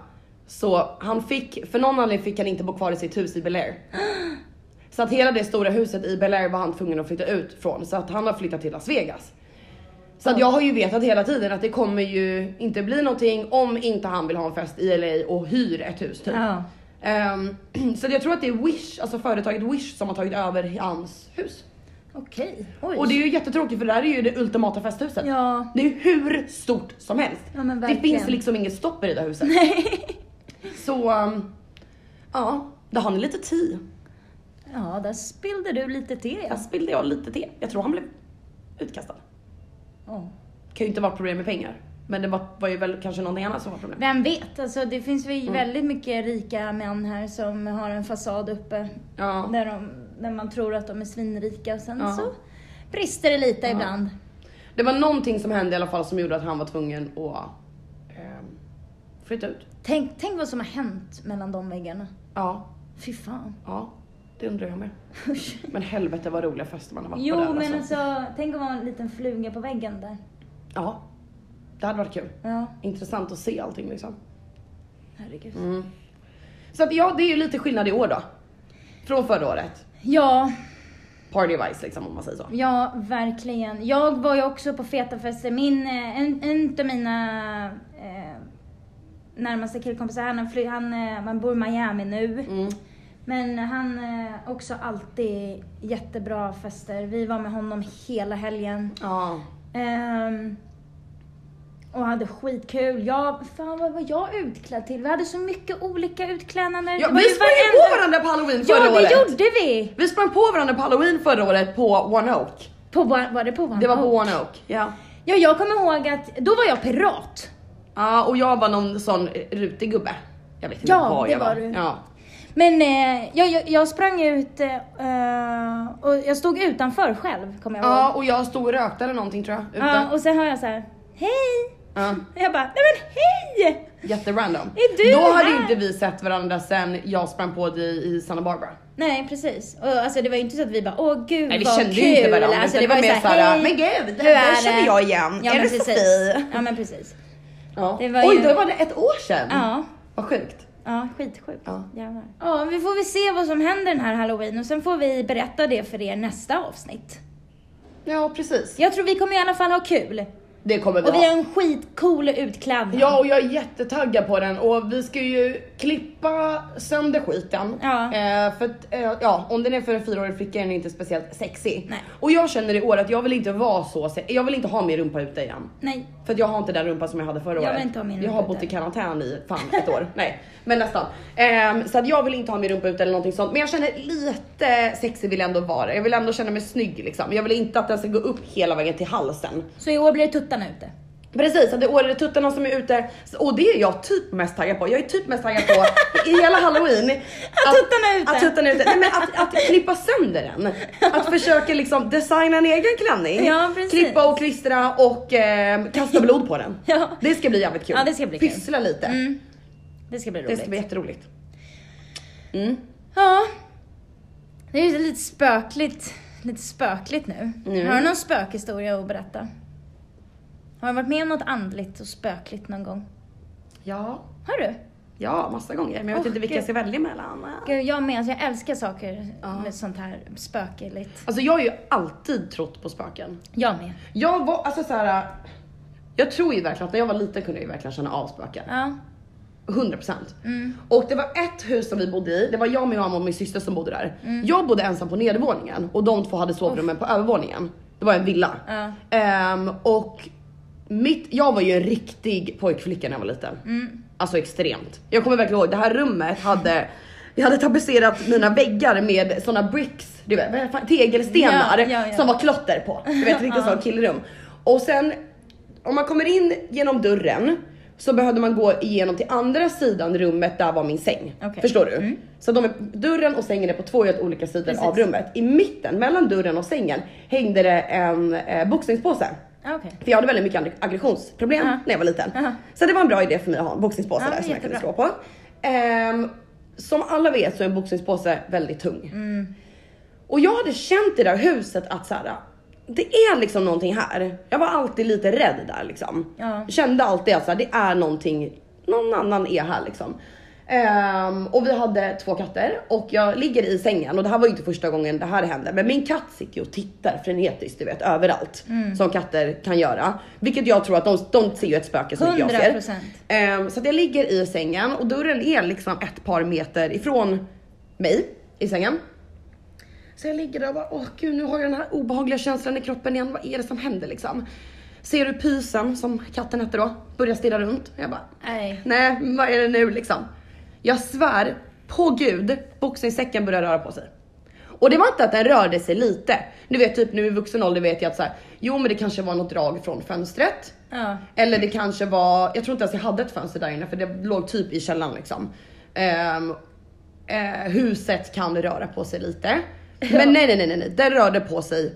så han fick, för någon anledning fick han inte bo kvar i sitt hus i Bel Air. Så att hela det stora huset i Bel Air var han tvungen att flytta ut från, så att han har flyttat till Las Vegas. Så att jag har ju vetat hela tiden att det kommer ju inte bli någonting om inte han vill ha en fest i LA och hyr ett hus typ.
Ja.
Ehm, så jag tror att det är Wish, alltså företaget Wish som har tagit över hans hus.
Okej. Oj.
Och det är ju jättetråkigt för det här är ju det ultimata festhuset.
Ja.
Det är ju hur stort som helst.
Ja, men
det
verkligen.
finns liksom inget stopp i det där huset. Så um, ja, då har ni lite te.
Ja, där spillde du lite te.
Jag spillde jag lite te. Jag tror han blev utkastad.
Ja.
Kan ju inte vara ett problem med pengar. Men det var, var ju väl kanske någonting annat som var problem.
Vem vet? Alltså, det finns
Mm.
väl väldigt mycket rika män här som har en fasad uppe
Ja.
där, de, där man tror att de är svinrika och sen
Ja.
så brister det lite ibland.
Det var någonting som hände i alla fall som gjorde att han var tvungen att ehm, flytta ut.
Tänk, tänk vad som har hänt mellan de väggarna.
Ja,
Fy fan.
ja, det undrar jag med. Men helvete vad roliga fester man har varit
Jo
på där
men alltså, tänk att vara en liten fluga på väggen där.
Ja, det hade varit kul.
Ja,
Intressant att se allting liksom.
herregud.
Mm. Så att ja, det är ju lite skillnad i år då. Från förra året.
Ja,
Party-wise liksom om man säger så.
Ja, verkligen. Jag var ju också på fetafester. Min, eh, en, en av mina eh, närmaste killkompisar, han, fly, han, eh, man bor i Miami nu.
Mm.
Men han eh, också alltid jättebra fester. Vi var med honom hela helgen.
Ja.
Ehm, och hade skitkul. Ja, fan vad var jag utklädd till? Vi hade så mycket olika utklädnader.
ja
Det var
vi
ju
sprang
varenda-
på varandra på halloween förra
Ja,
året.
det gjorde vi!
Vi sprang på varandra på halloween förra året på One Oak.
På, var det på One
Det var
Oak?
på One Oak. Ja.
Ja, jag kommer ihåg att då var jag pirat.
Ja och jag var någon sån rutig gubbe. Jag vet inte
Ja,
vad
det
jag
var du.
Ja.
Men eh, jag, jag, jag sprang ut eh, och jag stod utanför själv, kommer jag
ja
ihåg.
och jag stod och rökte eller någonting tror jag. Ute.
Ja, och sen hör jag så här, hej!
Ja.
Och jag bara, nej men hej!
Jätterandom.
Är du
Då hade
här?
ju inte vi sett varandra sen jag sprang på dig i Santa Barbara.
Nej precis, och alltså det var ju inte så att vi bara, åh gud
Nej vi
vad
kände
kul.
ju inte varandra
alltså,
utan det var,
ju
mer såhär,
"Hej,
men gud,
hur är
där känner
det?"
jag igen.
Ja,
är
men
det
precis.
Sofie? Mm.
Ja men precis.
Ja.
Det var
Oj,
ju-
då var det ett år sedan.
Ja.
Vad sjukt.
Ja, skitsjukt.
Ja.
Jävlar. Ja, vi får väl se vad som händer den här halloween och sen får vi berätta det för er nästa avsnitt.
Ja, precis.
Jag tror vi kommer i alla fall ha kul.
Det kommer vi
Och vi
ha.
har en skitcool utklädning.
Ja, och jag är jättetaggad på den och vi ska ju klippa sönder skiten.
Ja.
Eh, för att, eh, ja, om den är för en fyraårig flicka är den inte speciellt sexig.
Nej.
Och jag känner i år att jag vill inte vara så, se- jag vill inte ha min rumpa ute igen.
Nej,
För att jag har inte den rumpan som jag hade förra
Jag vill
året.
inte ha min
jag
rumpa
har bott i
ute.
karantän i fan ett
<laughs>
år. Nej, men nästan. Ehm, så att jag vill inte ha min rumpa ute eller någonting sånt. Men jag känner lite sexig vill jag ändå vara. Jag vill ändå känna mig snygg liksom. Jag vill inte att den ska gå upp hela vägen till halsen.
så i år blir det tuttarna ute.
Precis, att det är årliga tuttarna som är ute. Och det är jag typ mest taggad på. Jag är typ mest
<laughs>
taggad på i hela halloween. Att,
tuttarna är ute.
Att tuttarna är ute. Nej, men att, att klippa sönder den. Att försöka liksom designa en egen klänning.
Ja, precis.
Klippa och klistra och eh, kasta blod på den.
Ja.
Det ska bli jävligt kul.
Ja, det ska bli kul.
Pyssla lite.
Mm. Det ska bli roligt.
Det ska bli jätteroligt. Mm.
Ja. Det är ju lite spökligt. Lite spökligt nu.
Mm.
Har du någon spökhistoria att berätta? Har du varit med om något andligt och spökligt någon gång?
Ja,
Har du?
Ja, massa gånger. Men jag vet
Åh,
inte vilka jag
gud.
ska välja mellan.
Gud, jag med. Alltså, jag älskar saker
Ja.
med sånt här spökeligt.
Alltså jag har ju alltid trott på spöken.
Jag med.
Jag var, alltså så här. Jag tror ju verkligen att när jag var liten kunde jag ju verkligen känna av spöken.
Ja.
100%.
Mm.
Och det var ett hus som vi bodde i, det var jag, min mamma och min syster som bodde där.
Mm.
Jag bodde ensam på nedervåningen och de två hade sovrummen på övervåningen. Det var en villa.
Ja.
Ehm, och mitt, jag var ju en riktig pojkflicka när jag var liten.
Mm.
Alltså extremt. Jag kommer verkligen ihåg, det här rummet hade, vi hade tapetserat mina väggar med såna bricks, du vet, vad fan, tegelstenar
Ja, ja, ja.
som var klotter på. Du vet riktigt sånt killrum. Och sen om man kommer in genom dörren så behövde man gå igenom till andra sidan rummet, där var min säng.
Okej. Mm.
Förstår du? Så de är, dörren och sängen är på två helt olika sidor
Precis.
av rummet. I mitten, mellan dörren och sängen, hängde det en eh, boxningspåse.
Ja, Okej.
För jag hade väldigt mycket aggre- aggressionsproblem
Ja.
när jag var liten.
Ja.
Så det var en bra idé för mig att ha en boxningspåse
Ja,
där som jag kunde slå
jättebra.
på. Ehm, som alla vet så är en boxningspåse väldigt
Mm.
tung. Och jag hade känt i det där huset att så här, det är liksom någonting här. Jag var alltid lite rädd där liksom.
Ja.
Kände alltid att så här, det är någonting, någon annan är här liksom. Ehm, och vi hade två katter och jag ligger i sängen och det här var ju inte första gången det här hände. Men min katt sitter ju och tittar frenetiskt du vet överallt. Som katter kan göra. Vilket jag tror att de, de ser ju ett spöke som inte jag ser.
100%.
Ehm, så att jag ligger i sängen och dörren är liksom ett par meter ifrån mig i sängen. Så jag ligger där och bara, åh gud nu har jag den här obehagliga känslan i kroppen igen, vad är det som händer liksom? Ser du pysen, som katten hette då, börjar stirra runt. Jag bara,
Nej.
nej vad är det nu liksom? Jag svär på gud, boxningssäcken börjar röra på sig. Och det var inte att den rörde sig lite. Du vet typ nu i vuxen ålder vet jag att så här, jo men det kanske var något drag från fönstret.
Ja.
Eller det kanske var, jag tror inte ens jag hade ett fönster där inne för det låg typ i källaren liksom. Ehm, eh, huset kan röra på sig lite. Men nej, nej, nej, nej, nej, den rörde på sig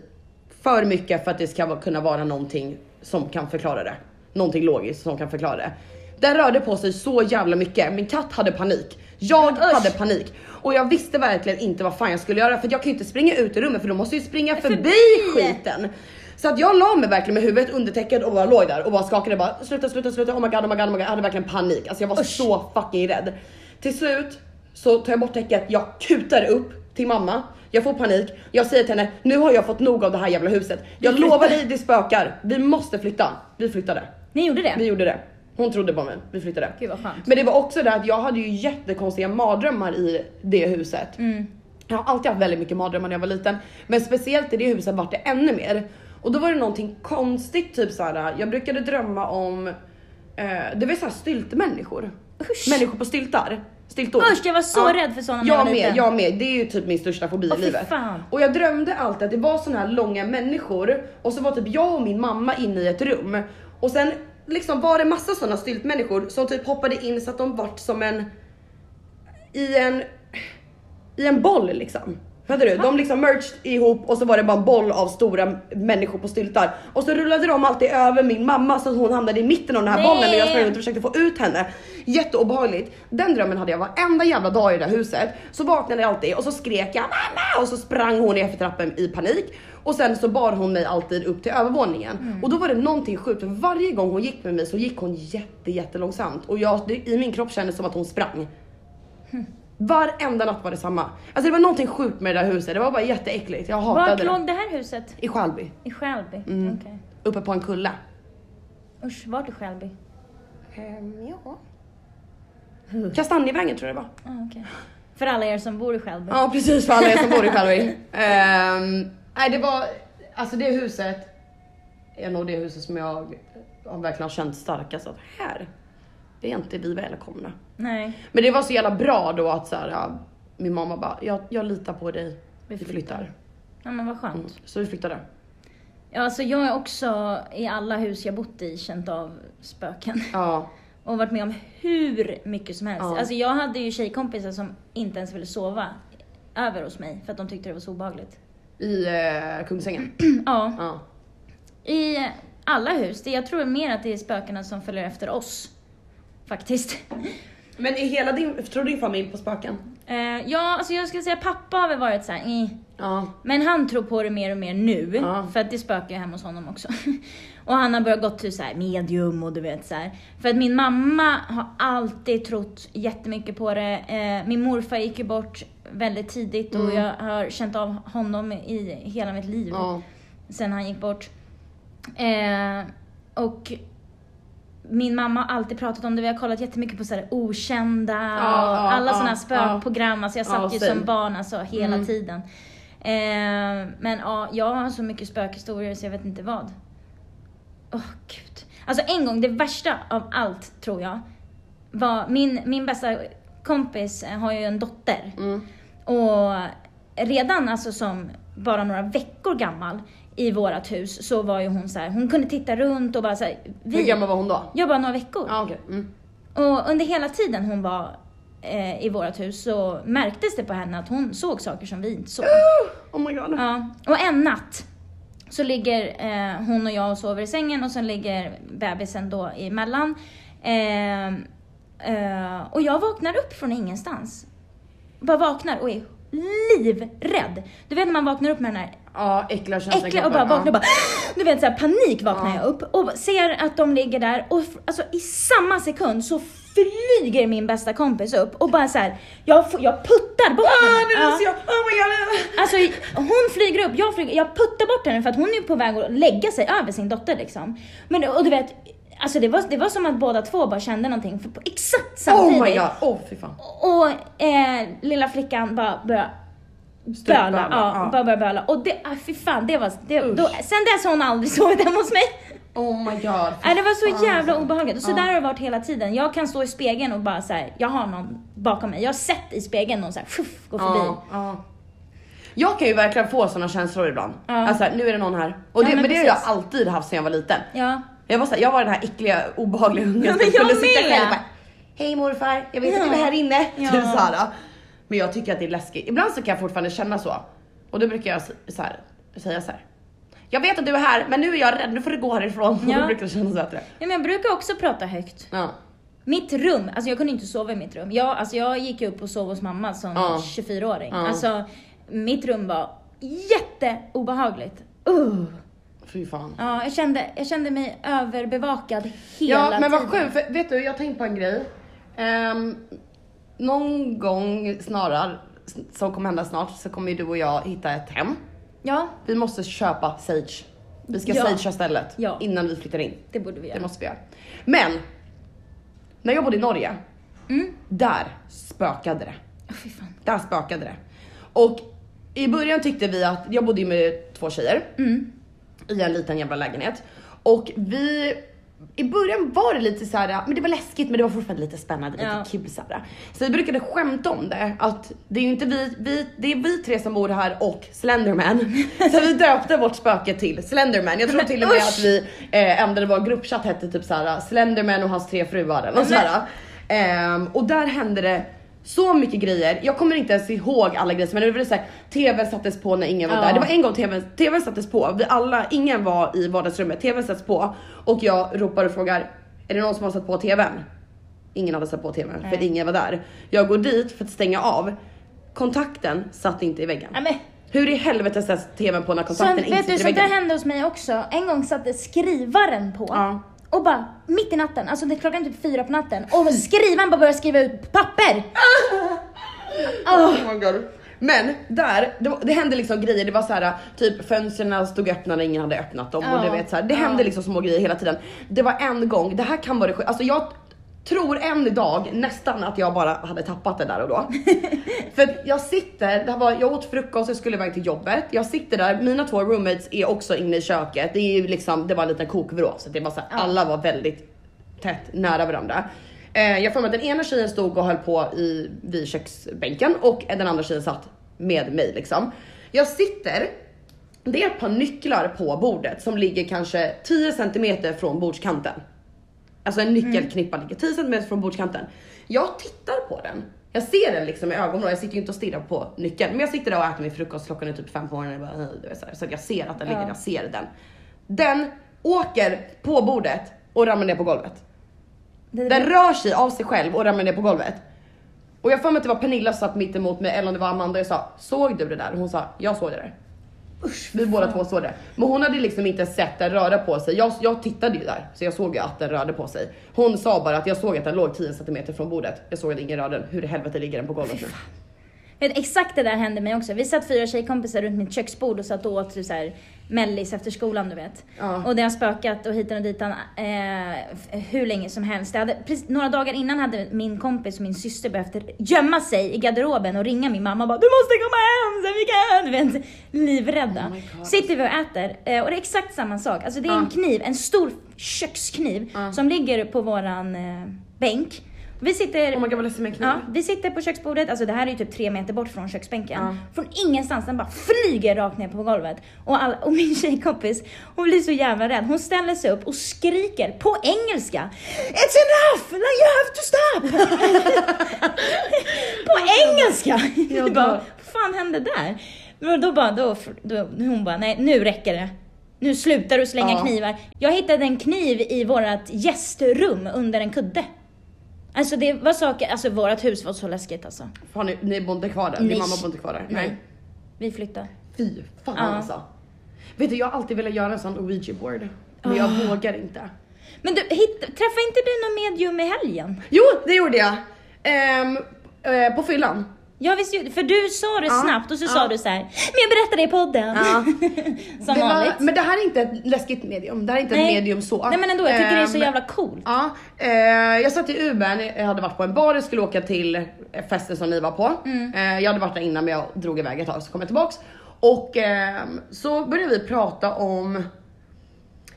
för mycket för att det ska vara- kunna vara någonting som kan förklara det. Någonting logiskt som kan förklara det. Den rörde på sig så jävla mycket. Min katt hade panik. Jag hade panik och jag visste verkligen inte vad fan jag skulle göra för jag kan ju inte springa ut i rummet för då måste jag ju springa förbi, skiten. Så att jag la mig verkligen med huvudet under täcket och bara låg där och bara skakade bara sluta, sluta, sluta, oh my god, oh my god, oh my god. Jag hade verkligen panik. Alltså jag var så fucking rädd. Till slut så tar jag bort täcket, jag kutar upp till mamma. Jag får panik. Jag säger till henne, nu har jag fått nog av det här jävla huset. Jag
flyttar.
lovar dig, det spökar. Vi måste flytta. Vi flyttade.
Ni gjorde det?
Vi gjorde det. Hon trodde på mig. Vi flyttade.
Gud, vad skönt.
Men det var också det att jag hade ju jättekonstiga mardrömmar i det huset.
Mm.
Jag har alltid haft väldigt mycket mardrömmar när jag var liten. Men speciellt i det huset vart det ännu mer. Och då var det någonting konstigt, typ såhär, jag brukade drömma om, eh, det var såhär styltmänniskor.
Usch.
Människor på styltar. Styltor.
Usch, jag var så rädd för såna när
jag
jag var
med,
liten.
Jag med, det är ju typ min största fobi
Åh,
i
fy
livet.
fan.
Och jag drömde alltid att det var såna här långa människor och så var typ jag och min mamma inne i ett rum och sen liksom var det massa såna styltmänniskor som typ hoppade in så att de vart som en i en i en boll liksom. Fattar du? De liksom merged ihop och så var det bara en boll av stora människor på styltar. Och så rullade de alltid över min mamma så att hon hamnade i mitten av den här
Nej.
bollen och jag sprang runt och försökte få ut henne. Jätteobehagligt. Den drömmen hade jag varenda jävla dag i det där huset. Så vaknade jag alltid och så skrek jag mamma och så sprang hon i trappen i panik. Och sen så bar hon mig alltid upp till övervåningen. Och då var det någonting sjukt för varje gång hon gick med mig så gick hon jätte jättelångsamt. Och jag, det, i min kropp kändes som att hon sprang. Varenda natt var det samma. Alltså det var någonting sjukt med det där huset, det var bara jätteäckligt. Jag hatade
Var
det.
låg det här huset?
I Skälby,
I Skälby?
Mm.
Okej.
uppe på en kulle.
Usch, vart i Skälby?
ja. Kastanjevägen tror jag det var.
Ah, okej. För alla er som bor i Skälby.
Ja precis för alla er som bor i Skälby. <laughs> Ehm, nej det var, alltså det huset är nog det huset som jag har verkligen har känt starkast att här, det är inte vi välkomna.
Nej.
Men det var så jävla bra då att så här, ja, min mamma bara, jag, jag litar på dig, vi
Vi
flyttar.
Ja, men vad skönt.
Mm. Så vi flyttade.
Ja, alltså jag har också i alla hus jag bott i känt av spöken.
Ja.
Och varit med om hur mycket som helst.
Ja.
Alltså jag hade ju tjejkompisar som inte ens ville sova över hos mig för att de tyckte det var så obehagligt. <clears throat>
I eh, <clears throat> Kungsängen?
Ja,
ja.
i alla hus. Det, jag tror mer att det är spökena som följer efter oss. Faktiskt. <laughs>
Men är hela din, tror din familj på spöken?
Eh, ja, alltså jag skulle säga pappa har väl varit så här. Eh.
Ja.
Men han tror på det mer och mer nu,
Ja.
för att det spökar ju hemma hos honom också. <laughs> Och han har börjat gått till så här medium och du vet så här. För att min mamma har alltid trott jättemycket på det. Eh, min morfar gick ju bort väldigt tidigt och jag har känt av honom i hela mitt liv
Mm. ja.
sen han gick bort. Eh, och min mamma har alltid pratat om det, vi har kollat jättemycket på så här okända och
ja,
alla
ja,
sådana här spökprogram. Alltså jag
Ja, Mm.
satt ju
same.
som barn alltså hela tiden. Eh, men ja, jag har så mycket spökhistorier så jag vet inte vad. Åh gud. Alltså en gång, det värsta av allt tror jag, var min, min bästa kompis eh, har ju en dotter.
Mm.
Och redan alltså som bara några veckor gammal i vårt hus så var ju hon så här, hon kunde titta runt och bara så här,
Hur
vi,
gammal var hon då?
jag bara några veckor.
Ja okej. Mm.
Och under hela tiden hon var eh, i vårt hus så märktes det på henne att hon såg saker som vi inte såg.
Oh my god.
Ja, och en natt så ligger eh, hon och jag och sover i sängen och sen ligger bebisen då emellan. Eh, eh, och jag vaknar upp från ingenstans. Bara vaknar och är livrädd. Du vet när man vaknar upp med den här
Ja äckliga känslan.
äckliga och bara vaknar och bara Du vet såhär panik vaknar
Ja.
jag upp och ser att de ligger där och f- alltså i samma sekund så flyger min bästa kompis upp och bara såhär jag, får- jag puttar bort
Ah, det
henne. Ja.
måste jag. Oh my god.
Alltså hon flyger upp, jag flyger, jag puttar bort henne för att hon är på väg att lägga sig över sin dotter liksom. Men och du vet, alltså det var, det var som att båda två bara kände någonting för på exakt
Oh
samtidigt.
my god. Åh oh, fy fan.
Och eh, lilla flickan bara började
Strutböla,
böla. Ja,
ja.
Bara började böla. Och det, ah, fy fan, det var, det, då,
Usch.
sen dess har hon aldrig <laughs> sovit hemma hos mig.
Oh my god.
Nej, det var så jävla
alltså.
obehagligt. Och så där har det varit hela tiden. Jag kan stå i spegeln och bara så här, jag har någon bakom mig. Jag har sett i spegeln någon så här, fuff, gå förbi.
Ja, ja. Jag kan ju verkligen få såna känslor ibland.
Ja.
Alltså nu är det någon här. Och det,
Ja, men
men, det har jag
precis.
alltid haft sedan jag var liten.
Ja.
Jag var, så här, jag var den här äckliga obehagliga ungen
men
som kunde
jag
sitta
med.
själv och bara Hej morfar, jag vet att du är här inne. <laughs>
Ja.
Typ så här. ja. Men jag tycker att det är läskigt. Ibland så kan jag fortfarande känna så. Och då brukar jag s- så här, säga så här. Jag vet att du är här men nu är jag rädd, nu får du gå härifrån. <laughs>
Ja.
Och då brukar jag känna så här. till det.
Ja, men jag brukar också prata högt.
Ja.
Mitt rum, alltså jag kunde inte sova i mitt rum. Jag, alltså jag gick upp och sov hos mamma som
Ja.
24-åring.
Ja.
Alltså mitt rum var jätteobehagligt. Uh.
Fy fan.
Ja, jag, kände, jag kände mig överbevakad hela
Ja men vad
tiden.
sjukt, för vet du jag tänkte på en grej. Ehm, någon gång snarare, som kommer hända snart, så kommer ju du och jag hitta ett hem.
Ja,
Vi måste köpa Sage. Vi ska
Ja.
sagea stället
Ja.
innan vi flyttar in.
det borde vi
Det
göra.
måste vi göra. Men, när jag bodde i Norge,
Mm.
där spökade det.
Åh, fy fan.
Där spökade det. Och i början tyckte vi att, jag bodde ju med två tjejer i en liten jävla lägenhet. Och vi, i början var det lite så här, men det var läskigt men det var fortfarande lite spännande,
Ja.
lite kul så här. Så vi brukade skämta om det, att det är ju inte vi, vi, det är vi tre som bor här och Slenderman. Så vi döpte vårt spöke till Slenderman. Jag tror till och med
usch!
att vi eh, ändrade vår gruppchatt hette typ så här Slenderman och hans tre fruar eller något så här. Ehm, och där hände det så mycket grejer. Jag kommer inte ens ihåg alla grejer men det var så här, tvn sattes på när ingen var
Ja.
där. Det var en gång tvn, TVn sattes på, vi alla, ingen var i vardagsrummet, tvn sattes på och jag ropar och frågar är det någon som har satt på tvn? Ingen hade satt på tvn för
Nej.
att ingen var där. Jag går dit för att stänga av, kontakten satt inte i väggen.
Ja, men,
Hur i helvete sätts tvn på när kontakten
sånt,
inte
vet
sitter
du,
i
sånt
väggen?
där hände hos mig också. En gång satte skrivaren på.
Ja.
Och bara mitt i natten, alltså det är klockan typ fyra på natten och skrivaren bara började skriva ut på
<laughs>
papper.
Oh my god. Men där, det, var, det hände liksom grejer, det var så här typ fönstren stod öppna när ingen hade öppnat dem och du
Ja.
vet så här, det
Ja.
hände liksom små grejer hela tiden. Det var en gång, det här kan vara det sjuk- alltså jag tror än idag nästan att jag bara hade tappat det där och
<laughs>
då. För att jag sitter, det här var, jag åt frukost, jag skulle iväg till jobbet. Jag sitter där, mina två roommates är också inne i köket. Det är ju liksom, det var en liten kokvrå så det var så här,
Ja.
alla var väldigt tätt nära varandra. Eh, jag får med att den ena tjejen stod och höll på i, vid köksbänken och den andra tjejen satt med mig liksom. Jag sitter, det är ett par nycklar på bordet som ligger kanske 10 cm från bordskanten. Alltså en nyckelknippa ligger 10 cm från bordskanten. Jag tittar på den. Jag ser den liksom i ögonen och jag sitter ju inte och stirrar på nyckeln. Men jag sitter där och äter min frukost, klockan är typ fem på morgonen. Jag bara, "Hej", du vet så, här. så att jag ser att den ligger,
Ja.
jag ser den. Den åker på bordet och ramlar ner på golvet.
Det-
Den rör sig av sig själv och ramlar ner på golvet. Och jag har för mig att det var Pernilla som satt mitt emot mig eller om det var Amanda. Jag sa, såg du det där? Och hon sa, jag såg det där. Usch, Vi båda två såg det. Men hon hade liksom inte sett den röra på sig. Jag, jag tittade ju där, så jag såg ju att den rörde på sig. Hon sa bara att jag såg att den låg 10 centimeter från bordet. Jag såg att ingen rörde den. Hur i helvete ligger den på golvet nu?
Vet, exakt det där hände mig också. Vi satt fyra tjejkompisar runt mitt köksbord och satt och åt typ så här, mellis efter skolan du vet.
Ja.
Och det har spökat och hit och dit eh, f- hur länge som helst. Jag hade, precis, några dagar innan hade min kompis och min syster behövt gömma sig i garderoben och ringa min mamma och bara Du måste komma hem så vi kan! Du vet, livrädda.
Oh my God.
Sitter vi och äter eh, och det är exakt samma sak. Alltså det är en
Ja.
kniv, en stor kökskniv
Ja.
som ligger på våran eh, bänk. Vi sitter
Oh my god vad ledsen med en kniv.
Ja, vi sitter på köksbordet, alltså det här är ju typ tre meter bort från köksbänken.
Ja.
Från ingenstans, den bara flyger rakt ner på golvet. Och, all, och min tjejkompis, hon blir så jävla rädd. Hon ställer sig upp och skriker på engelska. It's enough! Like you have to stop! på engelska!
Jag
Vi bara,
dör.
vad fan hände där? Då, då bara, då, då, hon bara, nej nu räcker det. Nu slutar du slänga
Ja.
knivar. Jag hittade en kniv i vårt gästrum under en kudde. Alltså det var saker, alltså vårt hus var så läskigt alltså.
Har ni, ni bor inte kvar där? Din
Nej.
mamma bor inte kvar där?
Nej. Vi flyttade.
Fy fan
Ja.
alltså. Vet du jag har alltid velat göra en sån ouija board. Men jag
Ah.
vågar inte.
Men du, hitt, träffade inte du någon medium i helgen?
Jo det gjorde jag. Ehm, eh, på fyllan.
Jag visste ju, för du sa det
Ja,
snabbt och så
ja.
sa du så här, men jag berättar det i podden.
Ja.
<laughs> Som
det
vanligt.
Var, men det här är inte ett läskigt medium. Det här är inte ett medium så.
Nej men ändå, jag tycker det är så
Ehm,
jävla coolt.
Ja, eh, jag satt i Ubern, jag hade varit på en bar, jag skulle åka till eh, festen som ni var på.
Mm.
Eh, jag hade varit där innan men jag drog iväg ett tag så kom jag tillbaks. Och ehm, så började vi prata om,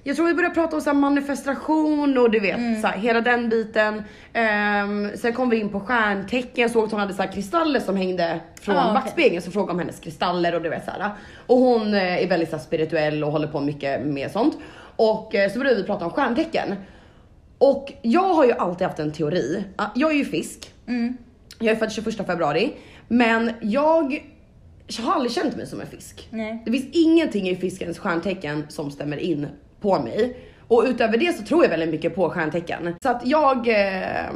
jag tror vi började prata om så här manifestation och du vet
Mm.
så här, hela den biten. Ehm, sen kom vi in på stjärntecken, jag såg att hon hade så här kristaller som hängde från
Ah, okej.
backspegeln så frågade om hennes kristaller och du vet så här. Och hon eh, är väldigt så här, spirituell och håller på mycket med sånt. Och eh, så började vi prata om stjärntecken. Och jag har ju alltid haft en teori. Ah, Jag är ju fisk.
Mm.
Jag är född 21 februari. Men jag har aldrig känt mig som en fisk.
Nej.
Det finns ingenting i fiskens stjärntecken som stämmer in på mig. Och utöver det så tror jag väldigt mycket på stjärntecken. Så att jag, eh, eh,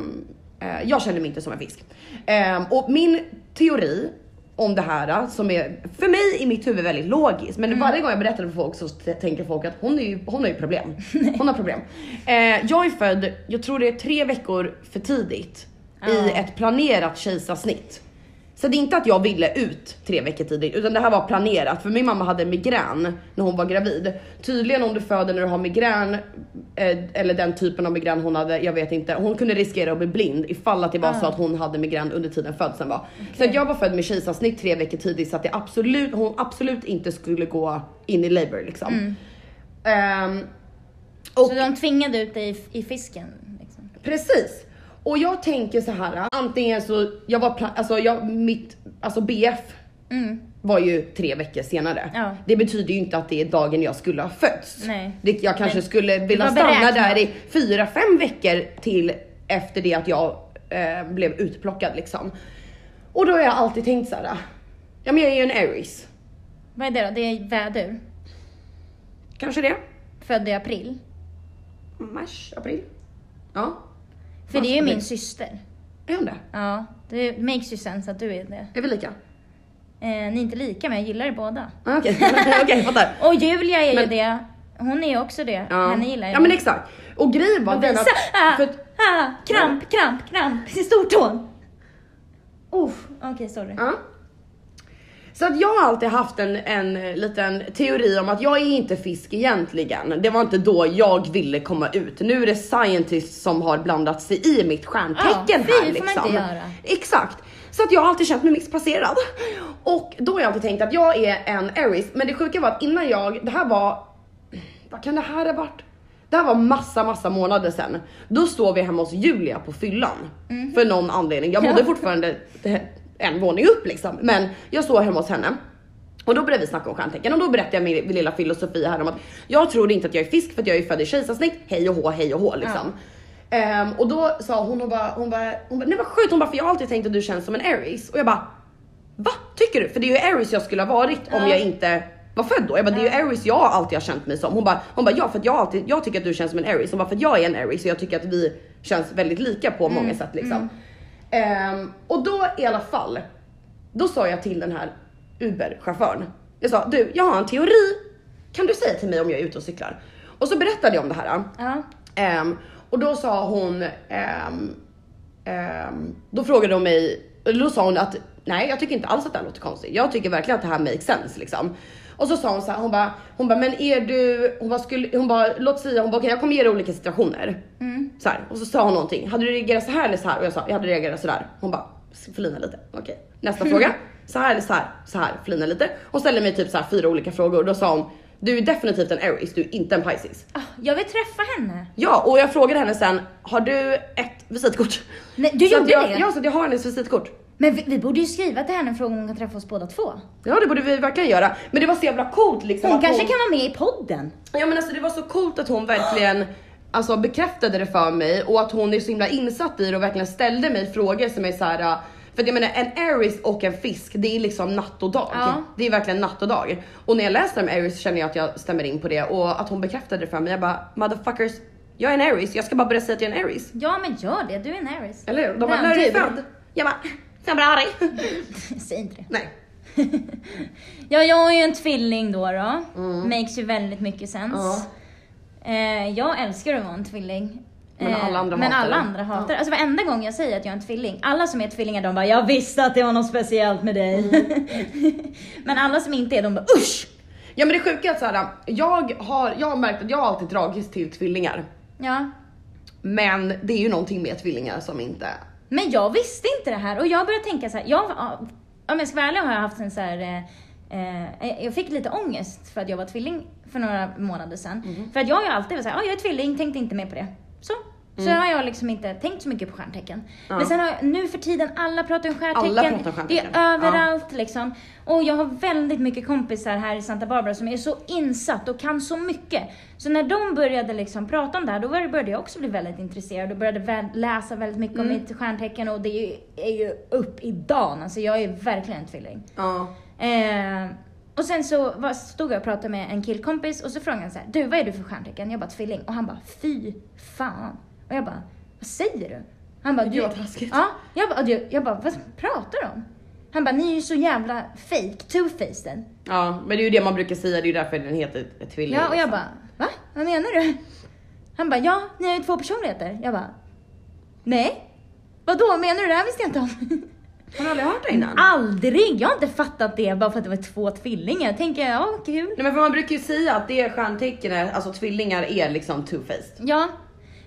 jag känner mig inte som en fisk. Eh, och min teori om det här eh, som är för mig i mitt huvud väldigt logiskt men varje gång jag berättar det för folk så t- tänker folk att hon, är ju, hon har ju problem. Hon har problem. Eh, jag är född, jag tror det är tre veckor för tidigt i
Ja.
ett planerat kejsarsnitt. Så det är inte att jag ville ut tre veckor tidigt utan det här var planerat för min mamma hade migrän när hon var gravid. Tydligen om du föder när du har migrän eh, eller den typen av migrän hon hade, jag vet inte. Hon kunde riskera att bli blind ifall att det var så att hon hade migrän under tiden födseln var. Så att jag var född med kejsarsnitt tre veckor tidigt så att det absolut, hon absolut inte skulle gå in i labour liksom. Ehm, och-
Så de tvingade ut dig i, i fisken. Liksom.
Precis. Och jag tänker så här, antingen så, jag var, pla- alltså jag, mitt, alltså BF var ju tre veckor senare.
Mm. Ja.
Det betyder ju inte att det är dagen jag skulle ha fötts.
Nej.
Det, jag kanske
Men
skulle vilja
var
stanna
beräknat.
där i fyra, fem veckor till efter det att jag eh, blev utplockad liksom. Och då har jag alltid tänkt så här, ja men jag är ju en Aries.
Vad är det då? Det är vädur.
Kanske det?
Född i april.
Mars, april? Ja,
För det är ju
April.
min syster.
är hon det?
Ja, det makes ju sense att du är det.
Är vi lika?
Eh, ni är inte lika men jag gillar er båda.
Ah, Okej, <laughs> okej, fattar.
Och Julia är
Men-
ju det. Hon är ju också det.
Ja.
Henne gillar jag.
Ja men exakt. Och grejen var
Och
den
visa!
att...
Ah,
För att
ah, kramp, kramp, kramp. Sin stortån. Uff, okej sorry.
ja. Så att jag har alltid haft en, en liten teori om att jag är inte fisk egentligen. Det var inte då jag ville komma ut. Nu är det scientists som har blandat sig i mitt stjärntecken
Ja, fy,
här
får man
liksom.
inte göra.
Exakt. Så att jag har alltid känt mig missplacerad. Och då har jag alltid tänkt att jag är en Aries. Men det sjuka var att innan jag, det här var vad kan det här ha varit? Det här var massa, massa månader sedan. Då står vi hemma hos Julia på fyllan. För någon anledning. Jag bodde
Mhm. Ja.
fortfarande eh, en våning upp liksom. Men jag står hemma hos henne. Och då började vi snacka om stjärntecken och då berättade jag min, min lilla filosofi här om att jag tror inte att jag är fisk för att jag är född i kejsarsnitt. Hej och hå, hej och hå liksom. Ehm, och då sa hon, hon bara, hon bara, hon bara, nej vad sjukt, hon bara, för jag har alltid tänkt att du känns som en Aries. Och jag bara, va? Tycker du? För det är ju Aries jag skulle ha varit om
Ja.
jag inte var född då. Jag bara, det är ju Aries jag alltid har känt mig som. Hon bara, hon bara ja för att jag alltid, jag tycker att du känns som en Aries. Hon bara, för att jag är en Aries och jag tycker att vi känns väldigt lika på många sätt liksom. Ehm, och då i alla fall, då sa jag till den här Uber-chauffören. Jag sa, du jag har en teori. Kan du säga till mig om jag är ute och cyklar? Och så berättade jag om det här.
Ja.
Ehm, och då sa hon, ehm, ehm, då frågade hon mig, eller då sa hon att nej jag tycker inte alls att det här låter konstigt. Jag tycker verkligen att det här makes sense liksom. Och så sa hon så här, hon bara, hon bara, men är du, hon bara, skulle, hon bara, låt säga, hon bara, okej jag kommer ge dig olika situationer. Mm. Så här, och så sa hon någonting, hade du reagerat så här eller så här? Och jag sa, jag hade reagerat så där. Hon bara, förlina lite, okej. Nästa fråga, så här eller så här, så här, förlina lite. Hon ställde mig typ så här fyra olika frågor och då sa hon, du är definitivt en Aries, du är inte en Pisces.
Ah, Jag vill träffa henne.
Ja, och jag frågade henne sen, har du ett visitkort?
Nej, du
så att
gjorde
jag,
det?
Ja, så att jag har hennes visitkort.
Men vi, vi borde ju skriva till henne och fråga om hon kan träffa oss båda två.
Ja, det borde vi verkligen göra. Men det var så jävla coolt liksom.
Hon
att
kanske kan vara med i podden.
Ja men alltså det var så coolt att hon verkligen alltså, bekräftade det för mig och att hon är så himla insatt i det och verkligen ställde mig frågor som är så här. äh, För att jag menar en Aries och en fisk det är liksom natt och dag.
Ja.
Det är verkligen natt och dag. Och när jag läser om Aries så känner jag att jag stämmer in på det och att hon bekräftade det för mig. Jag bara motherfuckers, jag är en Aries. Jag ska bara börja säga att jag är en Aries.
Ja men gör det, du är en Aries.
Eller hur? De bara,
Ja,
när är du
typ.
född? Jag bara, februari.
<laughs> Säg inte det.
<laughs> Nej.
ja, jag är ju en tvilling då. då.
Mm.
Makes ju väldigt mycket sens. Eh, jag älskar att vara en tvilling.
Men
Eh,
alla andra
men
hatar
alla
det.
andra hatar det. Alltså varenda gång jag säger att jag är en tvilling, alla som är tvillingar de bara “jag visste att det var något speciellt med dig”.
Mm.
<laughs> men alla som inte är de bara “usch”.
Ja men det sjuka är att så här, jag har, jag har märkt att jag har alltid dragits till tvillingar.
Ja.
Men det är ju någonting med tvillingar som inte...
Men jag visste inte det här och jag började tänka så här, jag, om jag ska vara ärlig har jag haft en så här, eh, eh, jag fick lite ångest för att jag var tvilling för några månader sedan.
Mhm.
För att jag har ju alltid varit såhär, ja jag är tvilling, tänkte inte mer på det. Så. Så
Mm.
har jag liksom inte tänkt så mycket på stjärntecken. Men sen har jag, nu för tiden, alla pratar om stjärntecken.
Alla pratar om stjärntecken.
Det är överallt liksom. Och jag har väldigt mycket kompisar här i Santa Barbara som är så insatt och kan så mycket. Så när de började liksom prata om det här, då var det- började jag också bli väldigt intresserad och började väl- läsa väldigt mycket om mitt stjärntecken och det är ju, är ju upp i dagen. Alltså jag är verkligen en tvilling.
Ja.
Eh, och sen så var, stod jag och pratade med en killkompis och så frågade han så här, du vad är du för stjärntecken? Jag bara tvilling. Och han bara, fy fan. Och jag bara, vad säger du? Han bara,
Gud, vad taskigt.
Ja, jag bara, du, jag bara, vad pratar du om? Han bara, ni är ju så jävla fake, two-faced.
ja, men det är ju det man brukar säga, det är ju därför den heter ett tvilling.
Ja, och jag bara, va? Vad menar du? Han bara, ja, ni har ju två personligheter. Jag bara, nej. Vadå, menar du det här visste jag inte om.
Har du aldrig hört det innan?
<laughs> Aldrig! Jag har inte fattat det bara för att det var två tvillingar. Tänker jag, ja, kul.
Nej men för man brukar ju säga att det är stjärntecken, är- alltså tvillingar är liksom two-faced.
Ja,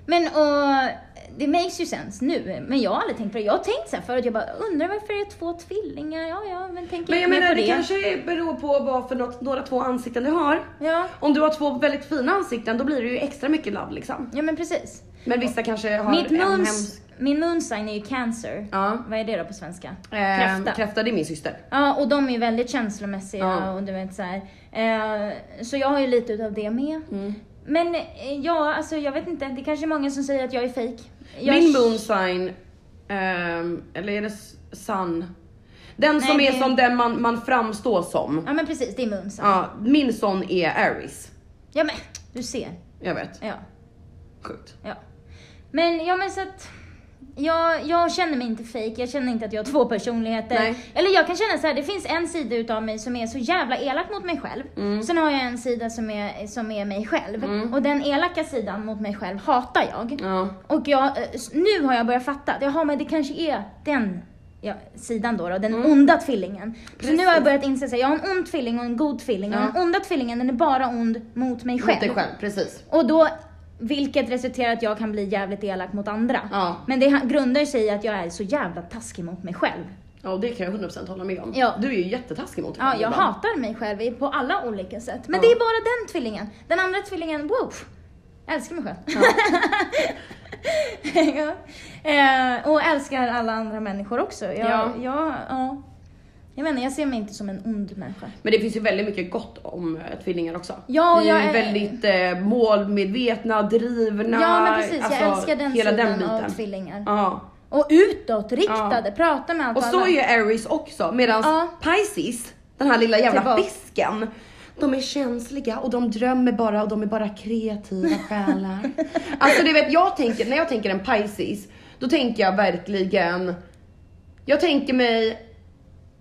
men och det makes ju sense nu, men jag har aldrig tänkt på det. Jag har tänkt så här förut, jag bara undrar varför det är två tvillingar? Ja, ja, men tänker
Men
inte
jag
mer
menar
på
det
det.
kanske beror på vad för något, några två ansikten du har.
Ja.
Om du har två väldigt fina ansikten då blir det ju extra mycket love liksom.
ja, men precis.
Men vissa kanske har
Mitt
en
moons,
hemsk...
min moonsign är ju cancer.
Ja.
Vad är det då på svenska?
Eh,
Kräfta.
Kräfta, det är min syster.
Ja, och de är ju väldigt känslomässiga
Ja.
och du vet så här. Eh, så jag har ju lite utav det med.
Mm.
Men eh, ja, alltså jag vet inte, det kanske är många som säger att jag är fake. Jag
Min moon sign, ehm, eller är det s- sun? Den som
Nej,
är
det-
som den man, man framstår som.
Ja men precis, det är moonsign. Ja.
Ja, min sån är Aries.
ja men, du ser.
Jag vet,
Ja.
sjukt.
Ja. Men, ja men så att... Jag, jag känner mig inte fake, jag känner inte att jag har två personligheter.
Nej.
Eller jag kan känna så här, det finns en sida utav mig som är så jävla elak mot mig själv.
Mm.
Sen har jag en sida som är, som är mig själv. Och den elaka sidan mot mig själv hatar jag.
Ja.
Och jag, eh, s- nu har jag börjat fatta, att, jaha men det kanske är den ja, sidan då, då den
Mm.
onda tvillingen. Så nu har jag börjat inse att jag har en ond tvilling och en god tvilling. Och
Ja.
den onda tvillingen den är bara ond mot mig själv.
Mot dig själv, precis.
Och då, vilket resulterar att jag kan bli jävligt elak mot andra.
Ja.
Men det ha- grundar sig i att jag är så jävla taskig mot mig själv.
Ja det kan jag 100% hålla med om.
Ja.
Du är ju jättetaskig mot dig
Ja,
själv
jag
ibland.
hatar mig själv i- på alla olika sätt. Men
Ja.
det är bara den tvillingen. Den andra tvillingen, wow! Jag älskar mig själv. <laughs> Ja. Eh, och älskar alla andra människor också. Jag,
Ja.
ja. Jag, ja. jag menar, jag ser mig inte som en ond människa.
<laughs> Men det finns ju väldigt mycket gott om eh, tvillingar också.
Ja, och
Vi är
jag
ju
är-
väldigt eh, målmedvetna, drivna.
ja, men precis. jag
alltså,
älskar den
hela
sidan
den
av
biten.
tvillingar.
Ja.
Och utåtriktade,
Ja.
prata med allt
Och så
alla.
är ju Aries också medan
Ja.
Pisces, den här lilla jävla
Tillbaka.
fisken, De är känsliga och de drömmer bara och de är bara kreativa
<laughs>
själar. alltså du vet, jag tänker, när jag tänker en Pisces, då tänker jag verkligen, jag tänker mig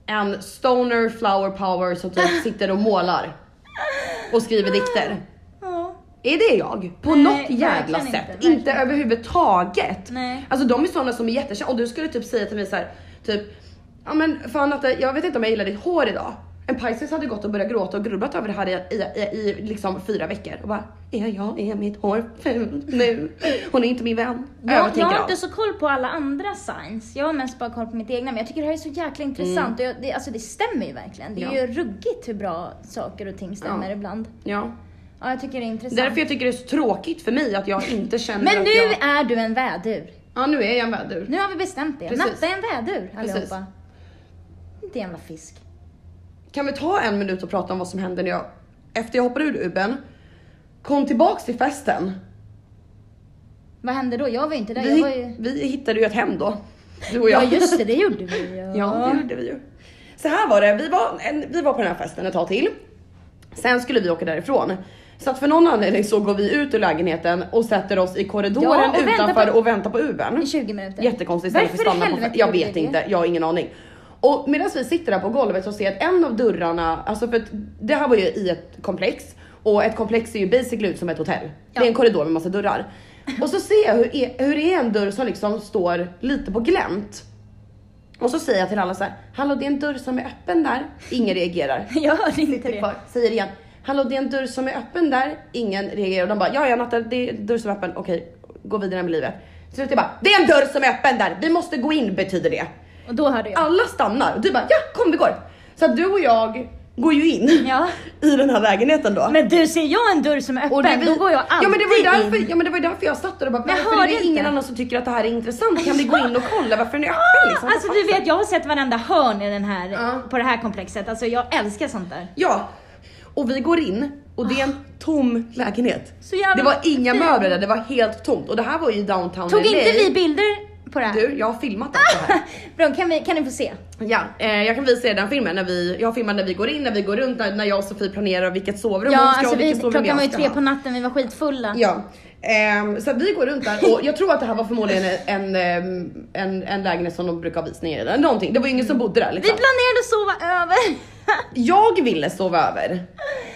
en stoner flower power som typ sitter och målar och skriver dikter.
Ja.
Är det jag? På
Nej,
något jävla
verkligen inte,
sätt. Inte,
verkligen inte.
överhuvudtaget.
Nej.
Alltså de är sådana som är jättekända. Och du skulle typ säga till mig så här, typ, ja men fan att eh, jag vet inte om jag gillar ditt hår idag. En Pisces hade gått och börjat gråta och grubblat över det här i, i, i, i liksom fyra veckor och bara, är jag, är mitt hår fult nu? Hon är inte min vän.
Jag, jag
Övertänker
har
allt.
inte så koll på alla andra signs. Jag har mest bara koll på mitt egna. Men jag tycker det här är så jäkla intressant. Och jag, det, alltså det stämmer ju verkligen. Det är
Mm. Ja.
ju ruggigt hur bra saker och ting stämmer
Ja.
ibland.
Ja.
Ja, jag tycker det är intressant.
Därför jag tycker det är så tråkigt för mig att jag inte känner
Men
att
nu
jag...
är du en vädur.
Ja nu är jag en vädur.
Nu har vi bestämt det.
Precis.
Natta är en vädur
Precis.
allihopa. Inte jävla fisk.
Kan vi ta en minut och prata om vad som hände när jag, efter jag hoppade ur Uben, kom tillbaks till festen.
Vad hände då? Jag var ju inte där. Jag var
Vi,
ju...
vi hittade ju ett hem då, du och
Ja
jag.
just det, det gjorde vi ju.
<laughs> Ja, det gjorde vi ju. Så här var det, vi var, en, vi var på den här festen ett tag till. Sen skulle vi åka därifrån. Så att för någon anledning så går vi ut ur lägenheten och sätter oss i korridoren
Ja, och väntar
utanför
på-
och väntar på Ubern.
I 20 minuter.
Jättekonstigt ställe för att
Varför i
stanna på
helvete
Jag
gjorde
vet
vi det?
inte, jag har ingen aning. Och medan vi sitter där på golvet så ser jag att en av dörrarna, alltså för att det här var ju i ett komplex och ett komplex ser ju basically ut som ett hotell. Det är
Ja.
en korridor med massa dörrar. Och så ser jag hur, e- hur det är en dörr som liksom står lite på glänt. Och så säger jag till alla så här, hallå det är en dörr som är öppen där. Ingen reagerar.
Jag hörde inte
Sitter
det.
kvar, säger igen, hallå det är en dörr som är öppen där. Ingen reagerar. Och de bara, ja ja Natta det är en dörr som är öppen. Okej, gå vidare med livet. Till slut jag bara, det är en dörr som är öppen där. Vi måste gå in betyder det.
Och då hörde jag.
Alla stannar och du bara, ja kom vi går. Så att du och jag går ju in
Ja.
i den här lägenheten då.
Men du, ser jag en dörr som är
Och det
öppen,
vi-
då går jag alltid
ja, men det var ju därför,
in.
ja men det var ju därför jag satt där och bara,
Men jag
varför är
hörde
det ingen
inte.
annan som tycker att det här är intressant? Kan vi gå in och kolla varför den är öppen liksom?
Ah, alltså du vet, jag har sett varenda hörn i den här,
Ja.
på det här komplexet. Alltså jag älskar sånt där.
Ja, och vi går in och det är en tom lägenhet.
Ah. Så jävla
det var inga
fint.
möbler där, det var helt tomt och det här var ju i downtown
Tog
LA.
inte vi bilder på det här? <laughs>
Du, jag har filmat allt det här.
Bra, kan, vi, kan ni få se?
Ja, eh, jag kan visa er den filmen när vi, jag filmar när vi går in, när vi går runt, när, när jag och Sofie planerar vilket sovrum
Ja,
hon ska
alltså
ha, vilket
vi,
sovrum
klockan
jag
var ju
ska
tre
ha.
på natten, vi var skitfulla.
Ja, ehm, så att vi går runt där och jag tror att det här var förmodligen en, ehm, en, en lägenhet som de brukar ha visningar i eller någonting. Det var ju ingen som bodde där
Vi
liksom.
planerade att sova över.
<laughs> Jag ville sova över.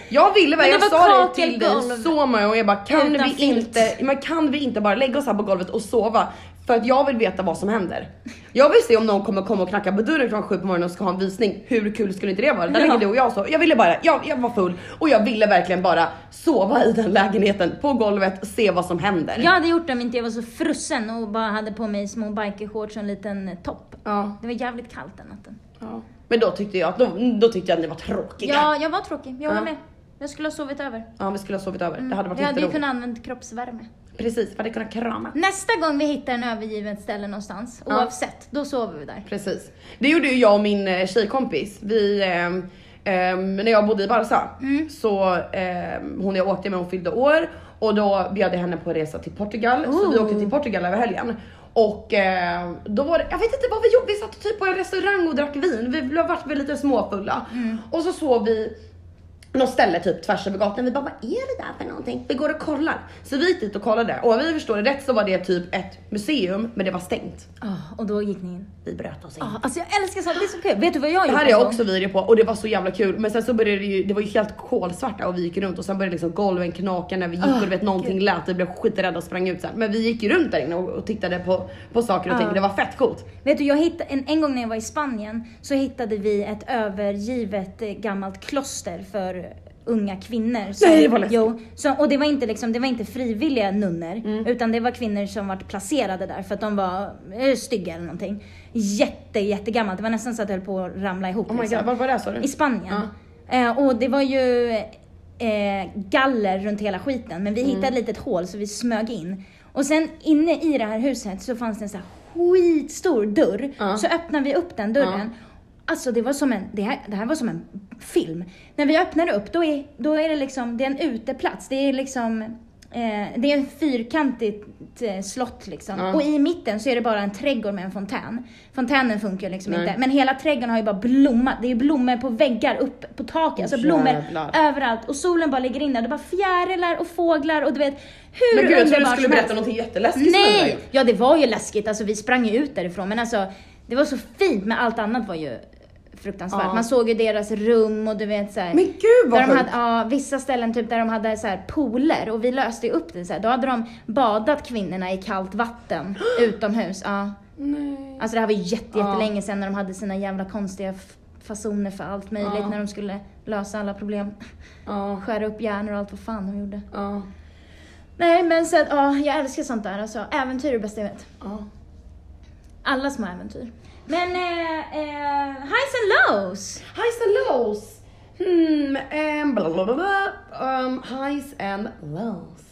Jag ville
Men
jag
det var
sa det till dig
kakelgolv.
så många gånger, jag bara kan
Utan
vi,
filt.
inte, men kan vi inte bara lägga oss här på golvet och sova? För att jag vill veta vad som händer. Jag vill se om någon kommer komma och knacka på dörren klockan sju på morgonen och ska ha en visning. Hur kul skulle inte det vara? Där ligger du och jag så. Jag ville bara, jag, jag var full och jag ville verkligen bara sova i den lägenheten på golvet, se vad som händer.
Jag hade gjort det om inte jag var så frusen och bara hade på mig små bikershorts och en liten topp.
Ja,
Det var jävligt kallt den natten.
ja. Men då tyckte jag att, då, då tyckte jag att ni var tråkiga. Ja,
Ja, jag var tråkig. Jag
Ja.
var med. Jag skulle ha sovit över. Mm,
vi skulle ha sovit över. Det hade varit
Jag hade ju
jätteroligt.
kunnat använda kroppsvärme.
Precis, vi hade kunnat krama.
Nästa gång vi hittar en övergiven ställe någonstans, oavsett, då sover vi där.
Precis. Det gjorde ju jag och min eh, tjejkompis. Vi, ehm, ehm, när jag bodde i Barca, så ehm, hon jag åkte med hon fyllde år och då bjöd jag henne på en resa till Portugal. Så vi
Oh.
åkte till Portugal över helgen. Och eh, då var det, jag vet inte vad vi gjorde, vi satt typ på en restaurang och drack vin. Vi blev- vart väl lite småfulla. Och så sov vi något ställe typ tvärs över gatan. Vi bara, vad är det där för någonting? Vi går och kollar. Så vi gick dit och kollade och om vi förstår det rätt så var det typ ett museum men det var stängt.
Ah, och då gick ni in.
Vi bröt oss in.
Ah, alltså jag älskar sånt, det är så kul. Vet du vad jag
Det här
gjorde
är
en
jag
gång?
också video på och det var så jävla kul. Men sen så började det ju, det var ju helt kolsvart där och vi gick runt och sen började liksom golven knaka när vi gick och du vet någonting lät. Vi blev skiträdda och sprang ut sen. Men vi gick ju runt där inne och, och tittade på, på saker och ting.
Ja.
Det var fett coolt.
Vet du, jag hittade, en, en gång när jag var i Spanien så hittade vi ett övergivet eh, gammalt kloster för unga kvinnor. Som,
Nej, vad läskigt.
jo, så, Och det var inte, liksom, det var inte frivilliga nunnor,
Mm.
utan det var kvinnor som var placerade där för att de var eh, stygga eller någonting. Jätte, jättegammalt. Det var nästan så att det höll på att ramla ihop. liksom.
Oh my god, vad var det sa du?
I Spanien. Eh, och det var ju eh, galler runt hela skiten, men vi
Mm.
hittade ett litet hål så vi smög in. Och sen inne i det här huset så fanns det en så här skitstor dörr.
Ja.
Så öppnade vi upp den dörren. Alltså det var som en, det här, det här var som en film. När vi öppnade upp då är, då är det liksom, det är en uteplats. Det är liksom Eh, det är ett fyrkantigt eh, slott liksom. Och i mitten så är det bara en trädgård med en fontän. Fontänen funkar liksom
Nej.
inte. Men hela trädgården har ju bara blommat. Det är ju blommor på väggar, upp på taket. Alltså blommor
Jävlar.
överallt. Och solen bara ligger in där. Det är bara fjärilar och fåglar och du vet. Hur
Men gud jag trodde du
underbart
skulle
som
berätta
helst.
något jätteläskigt som hände
Nej!
där.
Ja det var ju läskigt, alltså vi sprang ju ut därifrån men alltså det var så fint men allt annat var ju fruktansvärt.
Ja.
Man såg ju deras rum och du vet såhär.
Men gud, vad
där de
sjukt.
hade, ja, Vissa ställen typ där de hade så här pooler och vi löste ju upp det såhär. Då hade de badat kvinnorna i
<gasps>
kallt vatten utomhus. Ja.
Nej.
Alltså det här var ju jätte, jättelänge sedan när de hade sina jävla konstiga f- fasoner för allt möjligt
Ja.
när de skulle lösa alla problem. <laughs>
Ja.
Skära upp hjärnor och allt vad fan de gjorde.
Ja.
Nej men så att, ja, jag älskar sånt där alltså. Äventyr är det bästa jag vet.
Ja.
Alla små äventyr. Men eh, eh, highs and lows!
Highs and lows. Hmm, ehm, blablabla. Um, highs and lows.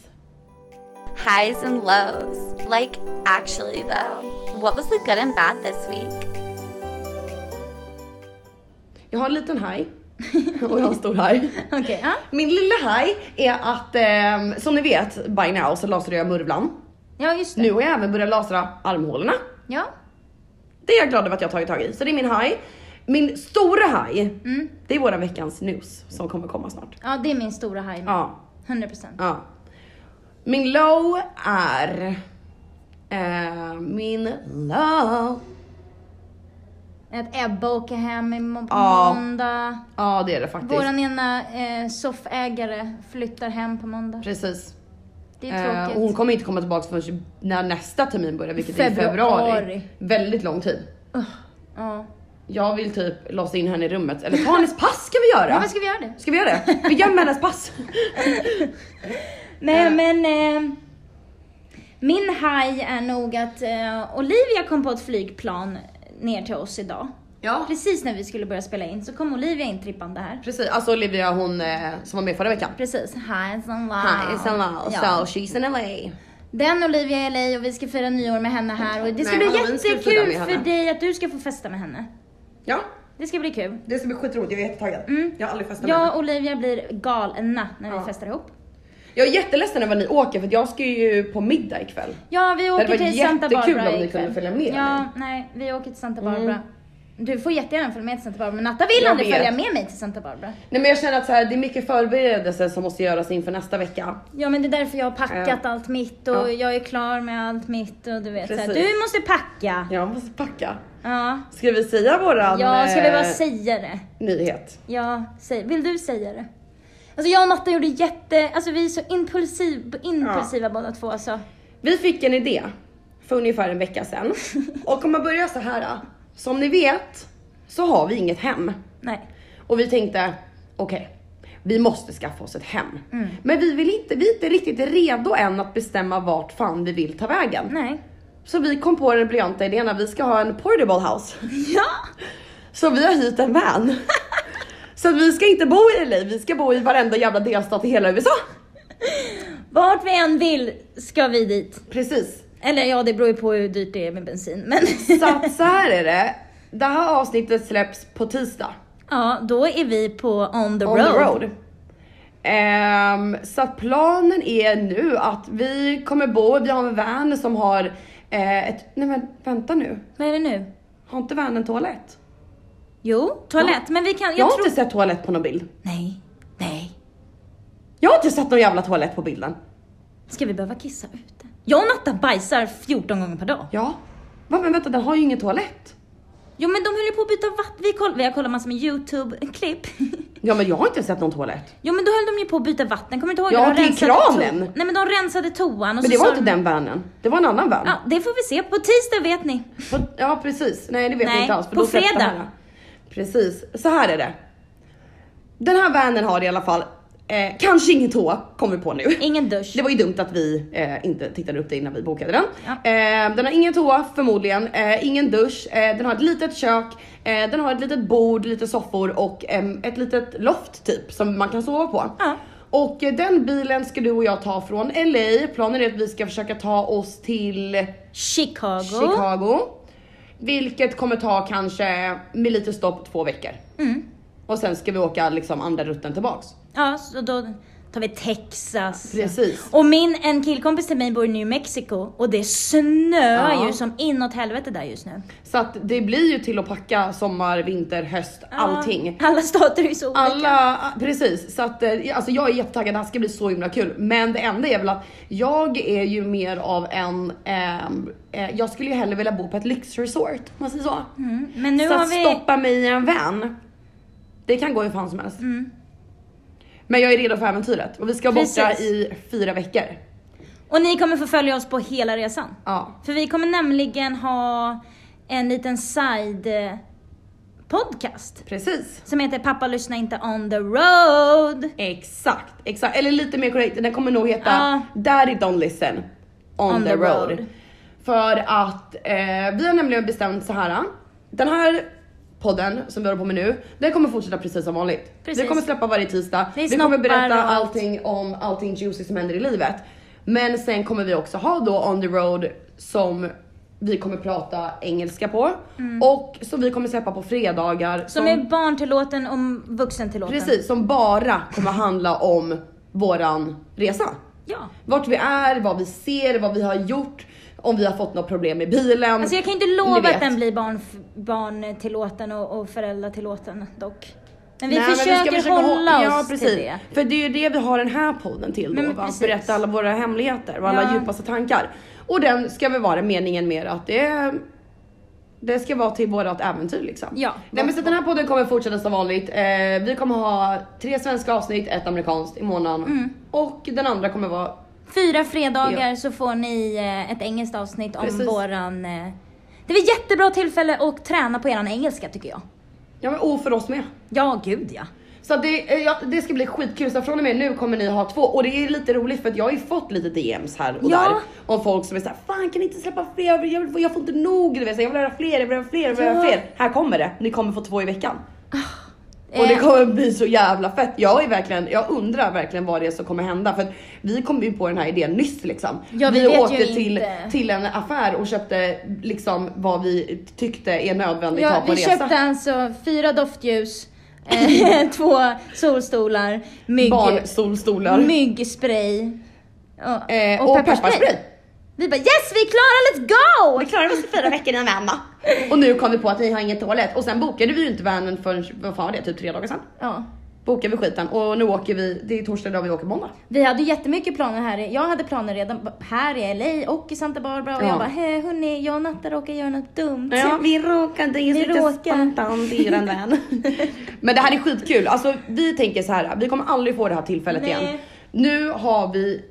Highs and lows. Like, actually, though, what was the good and bad this week?
Jag har en liten <laughs> haj och jag har en stor haj.
Okej, ja.
Min lilla haj är att, ehm, som ni vet by now så lasrar jag murvlan.
Ja, just det.
Nu har jag även börjat lasra armhålorna.
Ja.
Det är jag glad över att jag har tagit tag i. Så det är min haj. Min stora haj,
Mm.
det är våra veckans news som kommer komma snart.
ja, det är min stora haj med.
Ja,
100%.
ja. Min low är... eh, min low.
Att Ebba åker hem imorgon på
Ja.
måndag.
Ja det är det faktiskt.
Våran ena eh, soffägare flyttar hem på måndag.
Precis.
Det är
Eh, och
tråkigt.
hon kommer inte komma tillbaka förrän när nästa termin börjar vilket är i februari.
Februari.
Väldigt lång tid.
Ja.
Jag vill typ låsa in henne i rummet, eller ta hennes pass ska vi
ja,
göra!
men ska vi göra det?
Ska vi göra det? Vi gömmer hennes pass!
Nej men eh, min haj är nog att eh, Olivia kom på ett flygplan ner till oss idag.
<laughs> Ja
Precis när vi skulle börja spela in så kom Olivia intrippande här.
precis, alltså Olivia hon eh, som var med förra veckan.
Precis, highs and lows.
Hi, it's Alma,
Ja.
so she's in LA.
Den Olivia är i LA och vi ska fira nyår med henne här och det ska
Nej,
bli
halloween ska vi fira
jättekul
med henne.
för dig att du ska få festa med henne.
Ja,
Det ska bli kul.
det ska bli skitroligt, jag är jättetaggad. Jag har aldrig festat med
Jag
henne.
och Olivia blir galna när vi
Ja.
festar ihop.
Jag är jätteledsen över att ni åker för att jag ska ju på middag ikväll.
Ja, vi
hade
åker
varit
till Santa Barbara
jättekul om ni
ikväll.
kunde följa med
Ja,
mig. Mm.
nej, vi åker till Santa Barbara. Du får jättegärna följa med till Santa Barbara, men Natta vill
Jag
aldrig
vet.
följa med mig till Santa Barbara.
Nej men jag känner att så här, det är mycket förberedelser som måste göras inför nästa vecka.
Ja, men det är därför jag har packat
Ja.
allt mitt och
Ja.
jag är klar med allt mitt och du vet så här,
Precis.
du måste packa.
Jag måste packa.
Ja.
Ska vi säga våran
Ja, ska vi bara
eh,
säga det?
nyhet?
Ja, säg, vill du säga det? Alltså jag och Natta gjorde jätte, alltså vi är så impulsiv, impulsiva båda två alltså.
Vi fick en idé för ungefär en vecka sedan. Och om man börjar så här. då. Som ni vet så har vi inget hem.
Nej.
Och vi tänkte, okej, vi måste skaffa oss ett hem. Men vi, vill inte, vi är inte riktigt redo än att bestämma vart fan vi vill ta vägen.
Nej. <laughs>
Så vi kom på den briljanta idén att vi ska ha en portable house.
Ja!
Så vi har hyrt en van. Så att vi ska inte bo i LA, vi ska bo i varenda jävla delstat i hela USA.
Vart vi än vill ska vi dit.
Precis.
Eller ja, det beror ju på hur dyrt det är med bensin men.
Så att så här är det. Det här avsnittet släpps på tisdag.
<laughs> ja, då är vi på on the
On
road.
the road. Ehm, så att planen är nu att vi kommer bo, vi har en van som har eh, ett, nej men vänta nu,
Vad är det nu?
har inte vanen en toalett?
Jo, toalett. Men vi kan, jag,
Jag, har
tror...
inte sett toalett på någon bild.
Nej, nej.
Jag har inte sett någon jävla toalett på bilden.
Ska vi behöva kissa ute? Jag och Natta bajsar 14 gånger per dag.
Ja. Va, men vänta den har ju ingen toalett.
Jo men de höll ju på att byta vatten, vi, koll... vi har kollat massor med YouTube-klipp. <laughs>
Ja men jag har inte sett någon toalett.
Jo men då höll de ju på att byta vatten, kommer du inte ihåg
Ja,
det? De
till
rensade
kranen.
To- Nej men de rensade toan och
Men
så
det var
sa
inte
de-
den vanen, det var en annan van.
Ja, det får vi se. På tisdag vet ni.
På, ja precis, nej det vet
Nej,
jag inte alls.
på
släpps det
fredag.
här. Precis, så här är det. Den här vanen har i alla fall eh, kanske ingen toa, kom vi på nu.
Ingen dusch.
Det var ju dumt att vi eh, inte tittade upp det innan vi bokade den.
Ja.
Eh, den har ingen toa förmodligen, eh, ingen dusch, eh, den har ett litet kök, eh, den har ett litet bord, lite soffor och em, ett litet loft typ som man kan sova på.
Ja.
Och eh, den bilen ska du och jag ta från LA. Planen är att vi ska försöka ta oss till
Chicago.
Chicago. Vilket kommer ta kanske, med lite
Mm.
stopp, två veckor. Och sen ska vi åka liksom andra rutten tillbaks.
Ja, så då, tar vi Texas.
Precis.
Och min, en killkompis till mig bor i New Mexico och det snöar
Ja.
ju som inåt helvete där just nu.
Så att det blir ju till att packa sommar, vinter, höst, allting.
Alla stater är så olika.
Alla, precis. Så att, eh, alltså jag är jättetaggad, det här ska bli så himla kul. Men det enda är väl att jag är ju mer av en, ehm, eh, jag skulle ju hellre vilja bo på ett lyxresort om man säger så.
Mm. Men nu
så
har
att
vi...
stoppa mig i en vän, det kan gå hur fan som helst. Men jag är redo för äventyret och vi ska vara borta
Mm. Precis.
i fyra veckor.
Och ni kommer få följa oss på hela resan.
Ja.
För vi kommer nämligen ha en liten side eh, podcast
Precis.
som heter Pappa lyssna inte on the road.
Exakt, exakt. Eller lite mer korrekt, den kommer nog heta
Ja.
Daddy Don't Listen On, the, road. För att eh, vi har nämligen bestämt så här. Den här podden som vi håller på med nu, den kommer fortsätta precis som vanligt.
Precis.
Vi kommer släppa varje tisdag.
Det är
vi kommer
snoppar och
berätta
allt.
allting om allting juicy som händer i livet. Men sen kommer vi också ha då on the road som vi kommer prata engelska på och som vi kommer släppa på fredagar.
Mm. Som är barntillåten och vuxentillåten.
Precis, som bara kommer handla om våran resa.
Ja.
Vart vi är, vad vi ser, vad vi har gjort, om vi har fått något problem med bilen.
Alltså jag kan inte
Ni
lova
vet.
att den blir barn, barntillåten och, och föräldratillåten dock. Men vi
Nej, men
försöker
ska försöka
hålla
hå-
oss
ja, precis.
till det.
För det är ju det vi har den här podden till då
Men
va?
precis.
Berätta alla våra hemligheter och alla
Ja.
djupaste tankar. Och den ska väl vara meningen mer att det är det ska vara till vårat äventyr liksom.
Ja.
Nej men så den här podden kommer fortsätta som vanligt. Eh, vi kommer ha tre svenska avsnitt, ett amerikanskt i månaden.
Mm.
Och den andra kommer vara
Fyra fredagar så får ni eh, ett engelskt avsnitt om
Precis.
våran... eh, Det var ett jättebra tillfälle att träna på eran engelska tycker jag.
Ja men och för oss med.
Ja, gud ja.
Så det, eh, ja, det ska bli skitkul, så från och med nu kommer ni ha två. Och det är lite roligt för att jag har ju fått lite DMs här och
Ja.
där. Om folk som är såhär, fan kan ni inte släppa fler? Jag, vill- jag, vill- jag får inte nog. Du vet, så jag vill höra fler, jag vill höra fler, jag vill höra
Ja.
fler. Här kommer det, ni kommer få två i veckan. Och
Eh,
det kommer bli så jävla fett. Jag, är verkligen, jag undrar verkligen vad det är som kommer hända. För att vi kom ju på den här idén nyss liksom.
Ja, vi
vi
vet ju
åkte till,
inte.
till en affär och köpte liksom vad vi tyckte är nödvändigt att ha
ja,
på
vi
en resa.
köpte alltså fyra doftljus,
<laughs>
eh, två solstolar, mygg,
Barnsolstolar.
myggspray och,
Eh, och, pepparspray.
Vi bara yes vi är klara, let's go!
Vi klarade oss i fyra veckor innan Värna. Och nu kom vi på att vi har inget toalett och sen bokade vi ju inte vanen förrän, vad fan var det, typ tre dagar sedan.
Ja.
Bokade vi skiten och nu åker vi, det är torsdag idag vi åker måndag.
Vi hade ju jättemycket planer här. i- Jag hade planer redan b- här i LA och i Santa Barbara och
Ja.
jag bara "Hej, hörni, jag och Natta råkade göra något dumt.
vi råkade ju
lite spontant
i en vän. <laughs> Men det här är skitkul, alltså vi tänker så här, vi kommer aldrig få det här tillfället
Nej.
igen. Nu har vi,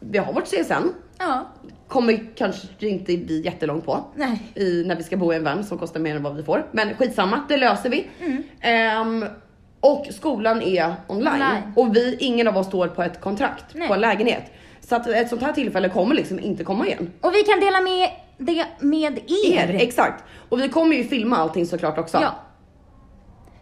vi har vårt CSN,
Ja.
kommer kanske inte bli jättelångt på.
Nej.
i, när vi ska bo i en van som kostar mer än vad vi får. Men skitsamma, det löser vi.
Mm.
Ehm, och skolan är online.
Online.
och vi, ingen av oss står på ett kontrakt
Nej.
på en lägenhet. Så att ett sånt här tillfälle kommer liksom inte komma igen.
Och vi kan dela med det med er.
Exakt. Och vi kommer ju filma allting såklart också.
Ja.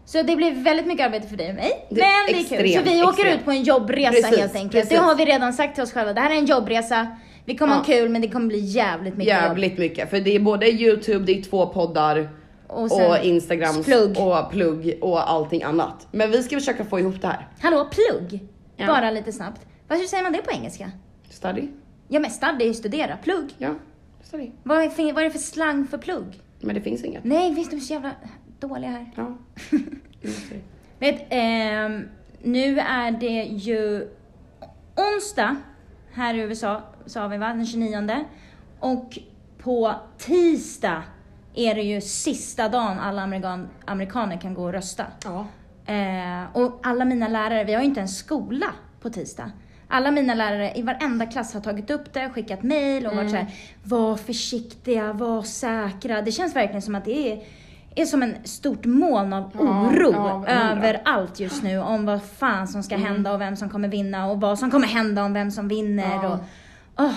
Så det blir väldigt mycket arbete för dig och mig.
Det är
men det är kul. Så
extremt,
vi åker
extremt.
ut på en jobbresa
Precis,
helt enkelt.
precis.
Det har vi redan sagt till oss själva. Det här är en jobbresa. Vi kommer
Ja.
ha kul men det kommer bli jävligt mycket jobb.
Jävligt mycket. För det är både youtube, det är två poddar
Och
och,
sen
instagrams
plugg.
och plugg och allting annat. Men vi ska försöka få ihop det här.
Hallå, plugg!
Ja.
Bara lite snabbt. Varför säger man det på engelska?
Study.
Ja men study är ju studera. Plugg.
Ja, study.
Vad är, fin- vad är det för slang för plugg?
Men det finns inget.
Nej, visst de är så jävla dåliga här.
Ja.
Vet, ehm, nu är det ju onsdag här i USA, sa vi va, den 29. Och på tisdag är det ju sista dagen alla amerikan- amerikaner kan gå och rösta.
ja.
Eh, och alla mina lärare, vi har ju inte en skola på tisdag. Alla mina lärare i varenda klass har tagit upp det, skickat mejl och
Mm.
varit så här, var försiktiga, var säkra. Det känns verkligen som att det är, är som en stort moln av oro
ja, hundra. Mm.
överallt just nu om vad fan som ska hända och vem som kommer vinna och vad som kommer hända om vem som vinner.
Ja.
Och, åh.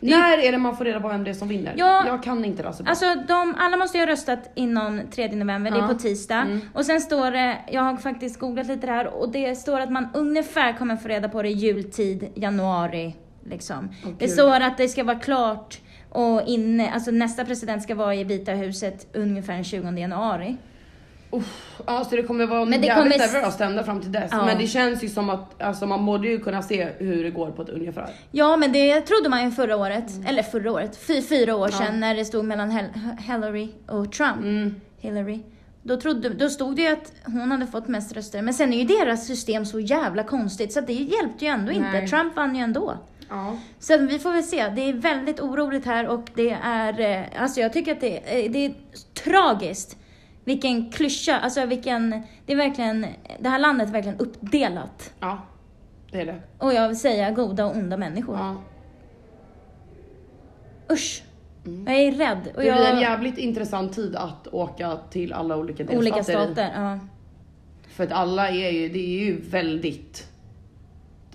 När är det man får reda på vem det är som vinner?
Ja.
Jag kan inte det alltså.
Alltså de, alla måste ju ha röstat innan 3 november, det
Ja.
är på tisdag. Och sen står det, jag har faktiskt googlat lite det här och det står att man ungefär kommer få reda på det i jultid, januari. Liksom. det
gud.
står att det ska vara klart och inne, alltså nästa president ska vara i Vita huset ungefär den 20 januari.
Uff, ja, så det kommer vara
Men det
jävligt
kommer s-
nervöst ända fram till dess.
Ja.
Men det känns ju som att alltså, man borde ju kunna se hur det går på ett ungefär.
Ja, men det trodde man ju förra året, eller förra året, fy, fyra år sedan när det stod mellan Hel- Hillary och Trump.
Mm.
Hillary. Då, trodde, då stod det ju att hon hade fått mest röster. Men sen är ju deras system så jävla konstigt så att det hjälpte ju ändå inte.
Nej.
Trump vann ju ändå.
Ja.
Så vi får väl se. Det är väldigt oroligt här och det är, eh, alltså jag tycker att det, eh, det är tragiskt. Vilken klyscha, alltså vilken, det är verkligen, det här landet är verkligen uppdelat.
Ja, det är det.
Och jag vill säga goda och onda människor.
Ja.
Usch! Jag är rädd. Och
Mm. Det blir en
jag...
jävligt intressant tid att åka till alla olika delstater
Olika
i.
stater. Ja.
För att alla är ju, det är ju väldigt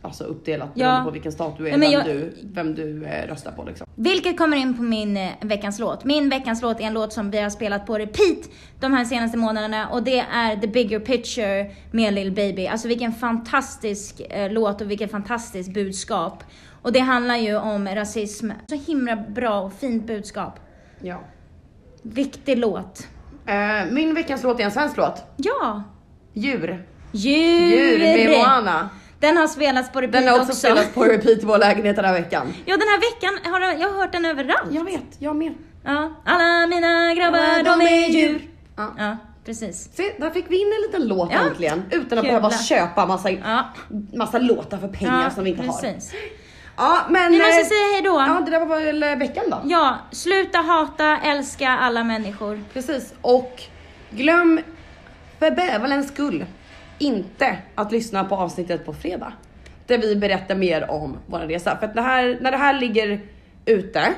alltså uppdelat
Ja.
beroende på vilken stat du är,
Ja, men
vem,
jag-
du, vem du eh, röstar på liksom.
Vilket kommer in på min eh, veckans låt. Min veckans låt är en låt som vi har spelat på repeat de här senaste månaderna och det är The Bigger Picture med Lil Baby. Alltså vilken fantastisk eh, låt och vilket fantastiskt budskap. Och det handlar ju om rasism. Så himla bra och fint budskap.
Ja.
Viktig låt.
Eh, min veckans låt är en svensk låt.
Ja!
Djur.
Djur!
Djur med Moana.
Den har spelats på repeat
Den har också spelats på repeat i vår lägenhet den här veckan.
Ja, den här veckan har jag, jag har hört den överallt.
Jag vet, jag med.
Ja, alla mina grabbar de är djur.
Ja.
Ja, precis.
Se, där fick vi in en liten låt
Ja.
äntligen. Utan att
Kul.
behöva köpa massa,
Ja.
massa låtar för pengar
ja,
som vi inte har.
precis.
Ja, men...
Vi måste
eh,
säga hej då.
Ja,
Ja.
det där var väl eh, veckan då.
sluta hata, älska alla människor.
Precis, och glöm för bävalens skull inte att lyssna på avsnittet på fredag. Där vi berättar mer om vår resa. För att det här, när det här ligger ute,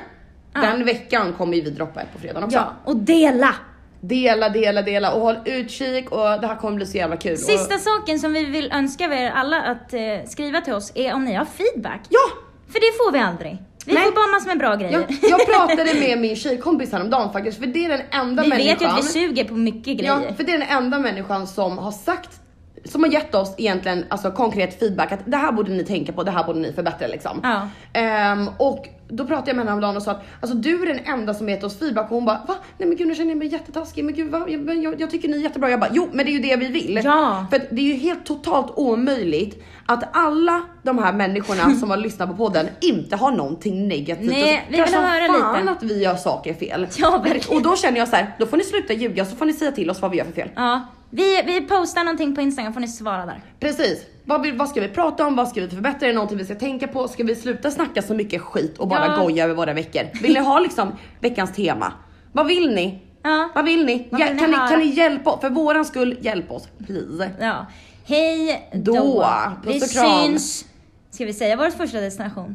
Ja.
den veckan kommer ju vi droppa ett på fredag också.
Ja, och dela.
Dela, dela, dela och håll utkik och det här kommer bli så jävla kul.
Sista
Och,
saken som vi vill önska av er alla att eh, skriva till oss är om ni har feedback.
ja!
För det får vi aldrig. Vi
Nej.
får bara massor med bra grejer.
Jag,
<laughs>
jag pratade med min tjejkompis häromdagen faktiskt, för det är den enda
vi
människan
vet ju att vi suger på mycket grejer.
Ja, för det är den enda människan som har sagt, som har gett oss egentligen alltså, konkret feedback att det här borde ni tänka på, det här borde ni förbättra liksom.
Ja.
Ehm, och då pratade jag med henne häromdagen och sa att alltså, du är den enda som gett oss feedback och hon bara va? Nej men gud nu känner jag mig jättetaskig, men gud va? Jag, men jag, jag tycker ni är jättebra. Jag bara jo men det är ju det vi vill.
Ja.
För att det är ju helt totalt omöjligt att alla de här
<laughs>
människorna som har lyssnat på podden inte har någonting negativt
Nej,
att-
vi vill
Kanske
höra
fan
lite.
att vi gör saker fel.
Ja, verkligen.
Och då känner jag så här, då får ni sluta ljuga så får ni säga till oss vad vi gör för fel.
Ja, vi, vi postar någonting på Instagram får ni svara där.
Precis. Vad, vill, vad ska vi prata om? Vad ska vi förbättra? Är det någonting vi ska tänka på? Ska vi sluta snacka så mycket skit och bara
Ja.
goja över våra veckor? Vill ni ha liksom veckans tema? Vad vill ni?
Ja.
Vad vill ni?
Vad
Ja,
vill ni
kan, ni
höra?
kan ni hjälpa oss? För våran skull, hjälp oss. Please.
Ja. Hej då!
Då.
Vi
Puss och kram.
syns! Ska vi säga vår första destination?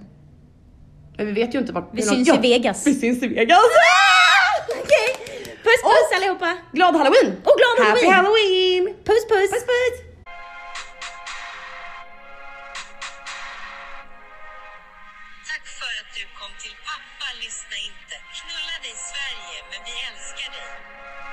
Men vi vet ju inte vart...
Vi
någon-
syns i Vegas.
Vi syns i
<laughs>
Vegas.
Okej! Ah, Puss puss allihopa!
Glad halloween!
Och glad
Happy
halloween!
halloween!
Puss puss!
Puss puss!
Tack för att du kom till pappa lyssna inte. Knulla dig Sverige, men vi älskar dig.